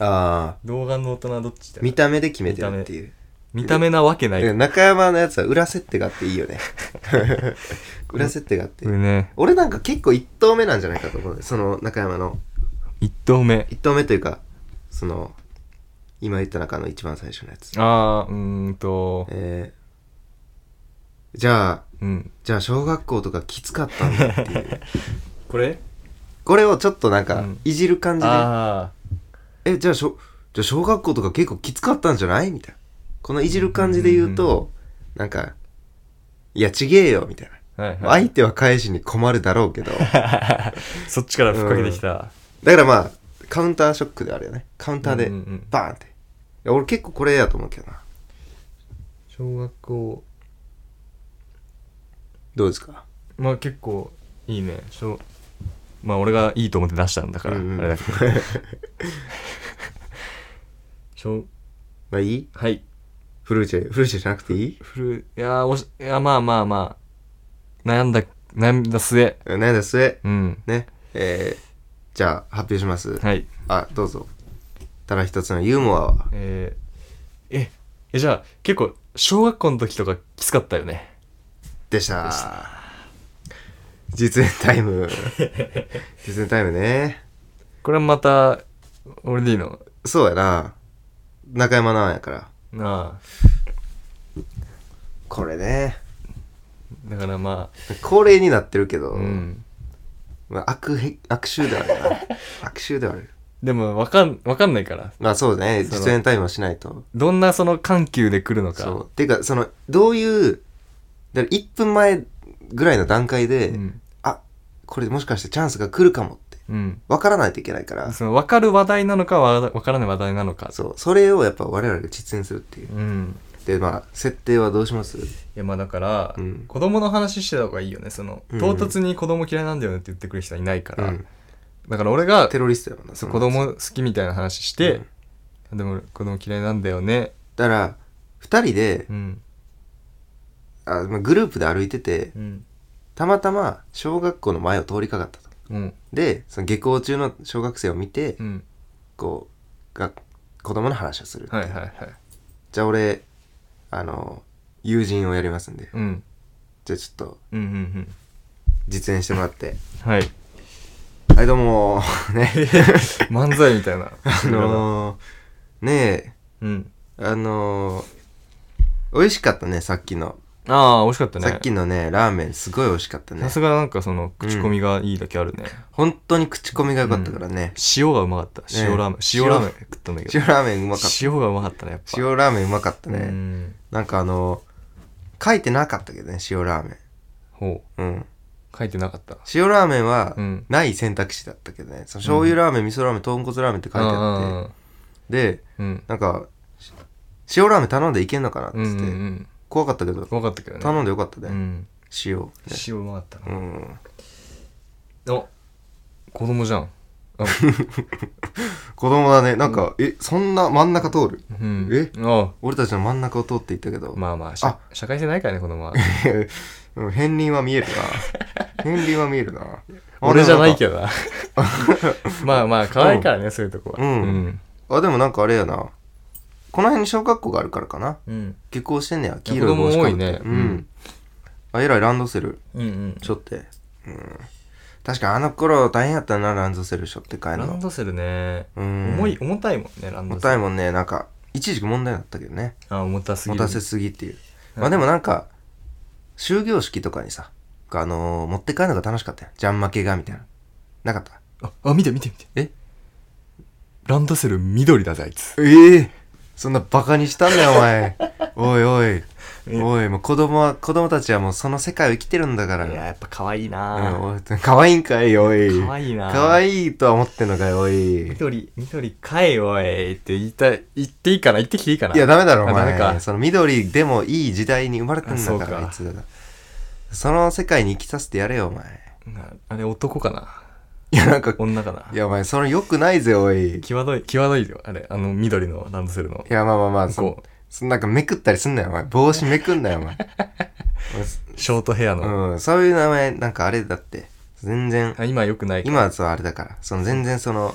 Speaker 1: あ。
Speaker 2: 童顔の大人どっちだよ
Speaker 1: 見た目で決めてるっていう。
Speaker 2: 見た目なわけ
Speaker 1: だ
Speaker 2: ない
Speaker 1: から中山のやつは裏設定があっていい
Speaker 2: <laughs>
Speaker 1: よね。裏設定があって。
Speaker 2: ね
Speaker 1: 俺なんか結構一投目なんじゃないかと思うねその中山の。
Speaker 2: 一投目
Speaker 1: 一投目というか、その、今言った中の一番最初のやつ。
Speaker 2: ああうーんと
Speaker 1: えー、じゃあ、
Speaker 2: うん
Speaker 1: じゃあ小学校とかきつかったんだって
Speaker 2: <laughs>
Speaker 1: いう
Speaker 2: これ
Speaker 1: これをちょっとなん
Speaker 2: う
Speaker 1: か
Speaker 2: ん
Speaker 1: いじる感じで、
Speaker 2: あ
Speaker 1: えじゃあしょじゃあ小学校とか結構きつかったんじゃないみたいなこのいじる感じで言うと、なんかいやちげえよみたい
Speaker 2: あはい
Speaker 1: な、
Speaker 2: はい
Speaker 1: 相手は返しに困るだろうけどだ
Speaker 2: <laughs> そっちから吹っかけてきた
Speaker 1: からまあカウンターショックであれよねカウンターで
Speaker 2: うんうんうん
Speaker 1: バーンって、いや俺結構これやと思うけどな
Speaker 2: 小学校
Speaker 1: どうです <laughs> か
Speaker 2: まあ結構いいね小まあ俺がいいと思って出したんだから、
Speaker 1: うんうん
Speaker 2: あれだけど小
Speaker 1: まあいい
Speaker 2: はい
Speaker 1: フルーチェフルーチェじゃなくていい
Speaker 2: フルいやーおしいやまあまあまあ悩んだ悩んだ末
Speaker 1: うんなんだそれ
Speaker 2: うん
Speaker 1: ねえー、じゃあ発表します
Speaker 2: はい
Speaker 1: あどうぞただ一つのユーモアは
Speaker 2: えー、ええじゃあ結構小学校の時とかきつかったよね
Speaker 1: でした実演タイ
Speaker 2: <laughs>
Speaker 1: ム実演タイムね
Speaker 2: これまた俺でいいの
Speaker 1: そうやな中山なんやから
Speaker 2: なあ
Speaker 1: これね
Speaker 2: だからま
Speaker 1: 恒例になってるけど、
Speaker 2: あうん
Speaker 1: まあ、悪へ悪臭ではある
Speaker 2: <laughs>
Speaker 1: な悪臭ではある
Speaker 2: でもわかんわかんないから
Speaker 1: まあそうね
Speaker 2: その
Speaker 1: 実演タイムをしないと
Speaker 2: どんなその緩急で来るのか
Speaker 1: そうていうかそのどういうだから1分前ぐらいの段階で、
Speaker 2: うん
Speaker 1: あこれもしかしてチャンスが来るかもって
Speaker 2: うん、
Speaker 1: 分からないといけないから
Speaker 2: その分かる話題なのかわ分からない話題なのか
Speaker 1: そうそれをやっぱ我々が実演するっていう
Speaker 2: うん
Speaker 1: でまあ設定はどうします
Speaker 2: いやまあだから、
Speaker 1: うん
Speaker 2: 子供の話してた方がいいよねその
Speaker 1: うん
Speaker 2: 唐突に子供嫌いなんだよねって言ってくる人はいないから、
Speaker 1: うん
Speaker 2: だから俺が
Speaker 1: テロリストやもんな
Speaker 2: そう
Speaker 1: そ
Speaker 2: 子
Speaker 1: の
Speaker 2: 供好きみたいな話して、でも子供嫌いなんだよね
Speaker 1: だから2人で
Speaker 2: うん
Speaker 1: あまあグループで歩いてて
Speaker 2: うん
Speaker 1: たまたま小学校の前を通りかかったと
Speaker 2: うん
Speaker 1: でその下校中の小学生を見て、
Speaker 2: うん
Speaker 1: こうが子供の話をする、
Speaker 2: はいはいはい
Speaker 1: じゃあ俺あの友人をやりますんで、
Speaker 2: うん
Speaker 1: じゃあちょっと
Speaker 2: うんうんうん
Speaker 1: 実演してもらって
Speaker 2: はい
Speaker 1: はいどうも
Speaker 2: <laughs>
Speaker 1: ーね
Speaker 2: 漫才みたいな
Speaker 1: <laughs> あのー、ね
Speaker 2: うん
Speaker 1: えあのー、美味しかったねさっきの、
Speaker 2: ああ美味しかったね
Speaker 1: さっきのねラーメンすごい美味しかったね
Speaker 2: さすがなんかその口コミがいいだけあるね、
Speaker 1: 本当に口コミが良かったからね、
Speaker 2: 塩がうまかった塩ラーメン、塩ラーメン食ったんだけど
Speaker 1: 塩ラーメンうまかった
Speaker 2: 塩がうまかったねやっぱ
Speaker 1: 塩ラーメンうまかったね、
Speaker 2: うん
Speaker 1: なんかあのー、書いてなかったけどね塩ラーメ
Speaker 2: ほ
Speaker 1: ンうん
Speaker 2: う書いてなかった
Speaker 1: 塩ラーメンは
Speaker 2: うん
Speaker 1: ない選択肢だったけどね、その醤油ラーメン味噌ラーメン豚骨ラーメンって書いてあって
Speaker 2: あ
Speaker 1: で
Speaker 2: ーうん
Speaker 1: なんかし塩ラーメン頼んでいけんのかなっつって、
Speaker 2: うんうんうん
Speaker 1: 怖かったけど
Speaker 2: 分かったけどね
Speaker 1: 頼んでよかったね、
Speaker 2: うん
Speaker 1: 塩ね
Speaker 2: 塩うまかったな
Speaker 1: うん
Speaker 2: お子供じゃん <laughs> あ
Speaker 1: 子供だねなんか、えそんな真ん中通る
Speaker 2: うん
Speaker 1: え
Speaker 2: あ
Speaker 1: 俺たちの真ん中を通っていったけど、
Speaker 2: まあまあ社社会性ないからね子供 <laughs> は
Speaker 1: <laughs> うん片鱗は見えるな片鱗は見えるな
Speaker 2: <laughs> 俺じゃないけ
Speaker 1: ど
Speaker 2: どな <laughs> まあまあ可愛いからねそういうとこは
Speaker 1: うんあでもなんかあれやなこの辺に小学校があるからかな
Speaker 2: うん
Speaker 1: 下校してんねや黄色い帽子かぶって
Speaker 2: 子供多いね
Speaker 1: うん、
Speaker 2: うん
Speaker 1: あえらいランドセル
Speaker 2: うんうん
Speaker 1: しょってうん確かにあの頃大変やったなランドセルしょって帰る
Speaker 2: ラン
Speaker 1: の
Speaker 2: ドセルね
Speaker 1: うん
Speaker 2: 重い重たいもんねラン
Speaker 1: 重
Speaker 2: ドセル
Speaker 1: たいもんねなんか一時期問題になったけどね
Speaker 2: あ重たす
Speaker 1: 持
Speaker 2: ぎる
Speaker 1: たせすぎっていうまあでもなんか終業式とかにさあのー持って帰るのが楽しかったよジャン負けがみたいななかった
Speaker 2: ああ見て見て見て
Speaker 1: え
Speaker 2: ランドセル緑だぜあいつ
Speaker 1: ええそんなバカにしたんだよお <laughs> 前おいおいおいもう子供は子供たちはもうその世界を生きてるんだから
Speaker 2: いややっぱ可愛い
Speaker 1: うん
Speaker 2: な
Speaker 1: おいかわいいんかいおい
Speaker 2: 可愛いな
Speaker 1: かわいいとは思ってんのかよおいい
Speaker 2: 緑緑かいおいって言いたい言っていいかな言ってきていいかない
Speaker 1: やダメだろお
Speaker 2: あダ
Speaker 1: 前
Speaker 2: メか
Speaker 1: その緑でもいい時代に生まれてんだ
Speaker 2: あ
Speaker 1: か
Speaker 2: そう
Speaker 1: ら
Speaker 2: か
Speaker 1: あいつらその世界に生きさせてやれよお前
Speaker 2: なあれ男かない
Speaker 1: や <laughs> なんか
Speaker 2: 女かない
Speaker 1: やお前それ良くないぜおいい
Speaker 2: 際どい際どいよあれあの緑のランドセルの
Speaker 1: やまあまあまあそ
Speaker 2: こ
Speaker 1: そなんかめくったりすんなよお前帽子めくんなよ
Speaker 2: <laughs>
Speaker 1: お前
Speaker 2: うショートヘアの、
Speaker 1: うんそういう名前なんかあれだって全然
Speaker 2: あ今よくないか
Speaker 1: 今はそうあれだからその全然その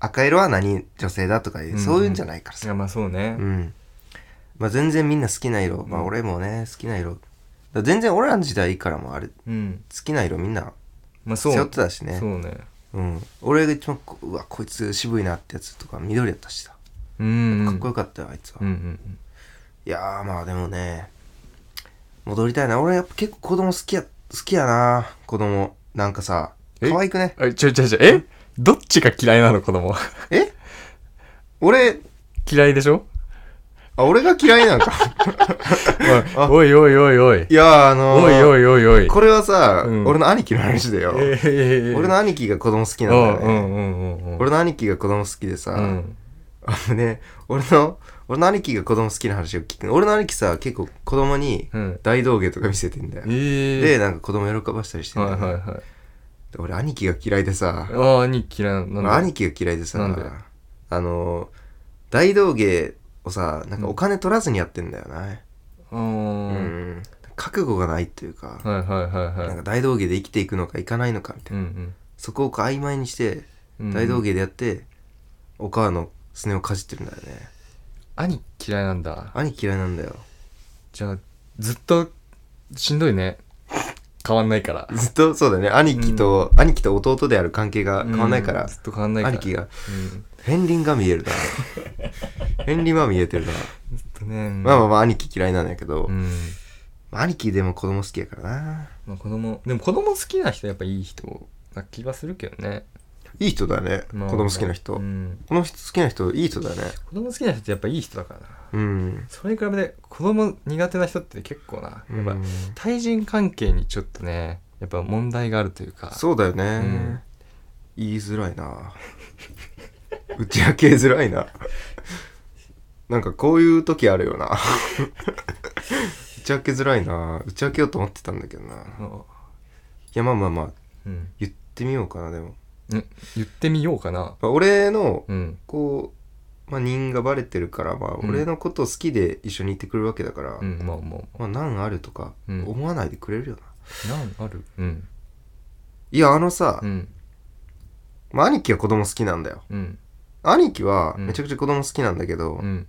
Speaker 1: 赤色は何女性だとかいう、
Speaker 2: うん
Speaker 1: そういうんじゃないから
Speaker 2: い
Speaker 1: さ
Speaker 2: やまあそうね
Speaker 1: う、んまあ全然みんな好きな色まあ俺もね好きな色だから全然俺らの時代からもあれ好
Speaker 2: うん
Speaker 1: きな色みんな
Speaker 2: まあそ
Speaker 1: 背
Speaker 2: う
Speaker 1: 負ってたしね
Speaker 2: そうね
Speaker 1: うん、俺が一番こうわこいつ渋いなってやつとか緑やったしさ
Speaker 2: うんうん
Speaker 1: かっこよかったよあいつは、
Speaker 2: うんうん
Speaker 1: いやーまあでもね戻りたいな俺やっぱ結構子供好きや好きやな子供なんかさ
Speaker 2: え
Speaker 1: 可愛くね
Speaker 2: うんあちょちょちょえどっちが嫌いなの子供 <laughs>
Speaker 1: え俺
Speaker 2: 嫌いでしょ、
Speaker 1: あ俺が嫌いなんかあ
Speaker 2: おいおいおいお
Speaker 1: <laughs>
Speaker 2: い
Speaker 1: いやーあのー
Speaker 2: おいおいおいおい
Speaker 1: これはさ、
Speaker 2: うん
Speaker 1: 俺の兄貴の話だよ、
Speaker 2: ええええ
Speaker 1: 俺の兄貴が子供好きなんだよね、
Speaker 2: うんうんうんうんうん
Speaker 1: 俺の兄貴が子供好きでさ、
Speaker 2: うん
Speaker 1: あの <laughs> ね俺の俺の兄貴が子供好きな話を聞く俺の兄貴さ結構子供に
Speaker 2: うん
Speaker 1: 大道芸とか見せてんだよ、
Speaker 2: ええ
Speaker 1: でなんか子供喜ばしたりしてんだ
Speaker 2: はい
Speaker 1: よ、
Speaker 2: はいはい
Speaker 1: で俺兄貴が嫌いでさ、
Speaker 2: ああ兄貴嫌いなんだ
Speaker 1: 俺兄貴が嫌いで
Speaker 2: なんで
Speaker 1: さあの大道芸をさなんかお金取らずにやってんだよね、
Speaker 2: う
Speaker 1: うんん覚悟がないっていうか、
Speaker 2: はいはいはい
Speaker 1: なん
Speaker 2: はい
Speaker 1: か大道芸で生きていくのかいかないのかみたいな
Speaker 2: うん
Speaker 1: そこをこう曖昧にして
Speaker 2: うん
Speaker 1: 大道芸でやって、お母のすねをかじってるんだよね
Speaker 2: 兄嫌いなんだ
Speaker 1: 兄嫌いなんだよ
Speaker 2: じゃあずっとしんどいね変わんないから
Speaker 1: ずっとそうだね兄貴と、兄貴と弟である関係が変わんないから、
Speaker 2: うんずっと変わんないから
Speaker 1: 兄貴が
Speaker 2: うん
Speaker 1: 片鱗が見える
Speaker 2: <laughs>
Speaker 1: な片鱗は見えてるな、
Speaker 2: ずっとね
Speaker 1: まあまあまあ兄貴嫌いなんだけど、
Speaker 2: うん
Speaker 1: 兄貴でも子供好きやからな
Speaker 2: まあ子供でも子供好きな人やっぱいい人な気がするけどね
Speaker 1: いい人だね、
Speaker 2: まあ
Speaker 1: 子供好きな人、
Speaker 2: うん
Speaker 1: この人好きな人いい人だね
Speaker 2: 子供好きな人ってやっぱいい人だからな
Speaker 1: うん
Speaker 2: それに比べて子供苦手な人って結構なやっぱ
Speaker 1: うん
Speaker 2: 対人関係にちょっとねやっぱ問題があるというか
Speaker 1: そうだよね、
Speaker 2: ん
Speaker 1: 言いづらいな <laughs> 打ち明けづらいななんかこういう時あるよな打ち明けづらいな打ち明けようと思ってたんだけどないやまあまあまあ
Speaker 2: うん、
Speaker 1: 言ってみようかなでも、
Speaker 2: うん言ってみようかな
Speaker 1: まあ俺の
Speaker 2: うん
Speaker 1: こう、まあ、人がバレてるからまあ
Speaker 2: うん
Speaker 1: 俺のこと好きで一緒にいてくれるわけだから、
Speaker 2: うんまあまあ
Speaker 1: まあ難あるとか
Speaker 2: うん
Speaker 1: 思わないでくれるよな、
Speaker 2: なんあるうん
Speaker 1: いやあのさ、
Speaker 2: うん
Speaker 1: まあ、兄貴は子供好きなんだよ
Speaker 2: うん
Speaker 1: 兄貴は
Speaker 2: うん
Speaker 1: めちゃくちゃ子供好きなんだけど、
Speaker 2: う
Speaker 1: ちょっ
Speaker 2: ん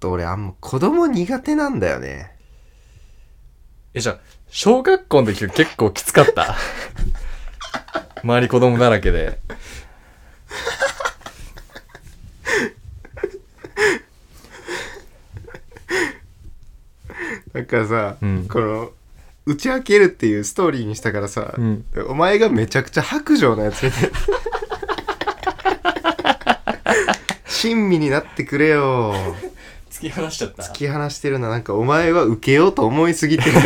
Speaker 1: と俺あんま子供苦手なんだよね
Speaker 2: えじゃあ小学校の時は結構きつかった <laughs> 周り子供だらけで
Speaker 1: だからさ、
Speaker 2: うん
Speaker 1: この打ち明けるっていうストーリーにしたからさ、
Speaker 2: うん
Speaker 1: お前がめちゃくちゃ白状なやつみたい親身になってくれよ
Speaker 2: 突き放しちゃった
Speaker 1: 突き放してるななんかお前は受けようと思いすぎてるい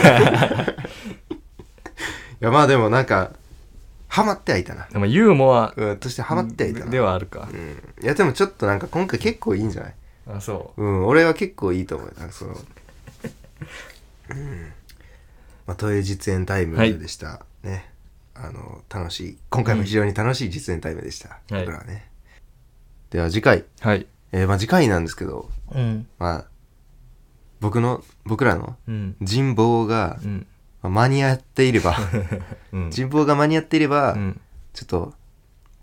Speaker 1: やまあでもなんかハマってはいたな
Speaker 2: でもユーモア
Speaker 1: うんとしてハマってはいたな
Speaker 2: ではあるか
Speaker 1: う、ん、いやでもちょっとなんか今回結構いいんじゃない
Speaker 2: あそう
Speaker 1: うん俺は結構いいと思うなんかその、うんまあ、という実演タイムでした、ねあの楽しい今回も非常に楽しい実演タイムでした、
Speaker 2: うんはい
Speaker 1: 僕らはねでは次回、
Speaker 2: はい
Speaker 1: えーまあ次回なんですけど
Speaker 2: うん
Speaker 1: まあ僕の僕らの
Speaker 2: うん
Speaker 1: 人望が
Speaker 2: <laughs> うん
Speaker 1: まあ間に合っていれば
Speaker 2: うん
Speaker 1: 人望が間に合っていれば、
Speaker 2: うん
Speaker 1: ちょっと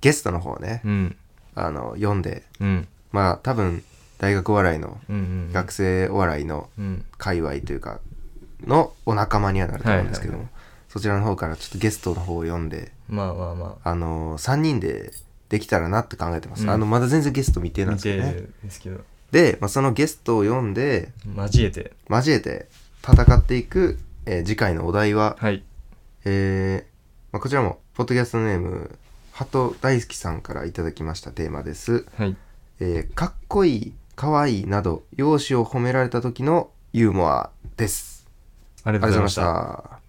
Speaker 1: ゲストの方をね、
Speaker 2: うん
Speaker 1: あの読んで
Speaker 2: うん
Speaker 1: まあ多分大学お笑いの
Speaker 2: うん
Speaker 1: 学生お笑いの
Speaker 2: うん
Speaker 1: 界隈というかのお仲間にはなると思うんですけども、そちらの方からちょっとゲストの方を読んで
Speaker 2: まあまあま
Speaker 1: あの3人でできたらなって考えてます、
Speaker 2: うん
Speaker 1: あのまだ全然ゲスト未定
Speaker 2: あ
Speaker 1: なんで
Speaker 2: 見
Speaker 1: すけ
Speaker 2: て
Speaker 1: どね
Speaker 2: ですけど
Speaker 1: で、まあ、そのゲストを読んで
Speaker 2: 交えて
Speaker 1: 交えて戦っていく、えー次回のお題は、
Speaker 2: はい
Speaker 1: えーまあ、こちらもポッドキャストネーム鳩大好きさんからいただきましたテーマです
Speaker 2: はい
Speaker 1: えーかっこいい、かわいいなど、容姿を褒められた時のユーモアです。
Speaker 2: あり
Speaker 1: あ
Speaker 2: がとう
Speaker 1: りが
Speaker 2: ご
Speaker 1: と
Speaker 2: ざ
Speaker 1: う
Speaker 2: い
Speaker 1: ご
Speaker 2: ま
Speaker 1: ざ
Speaker 2: し
Speaker 1: い
Speaker 2: た
Speaker 1: ました。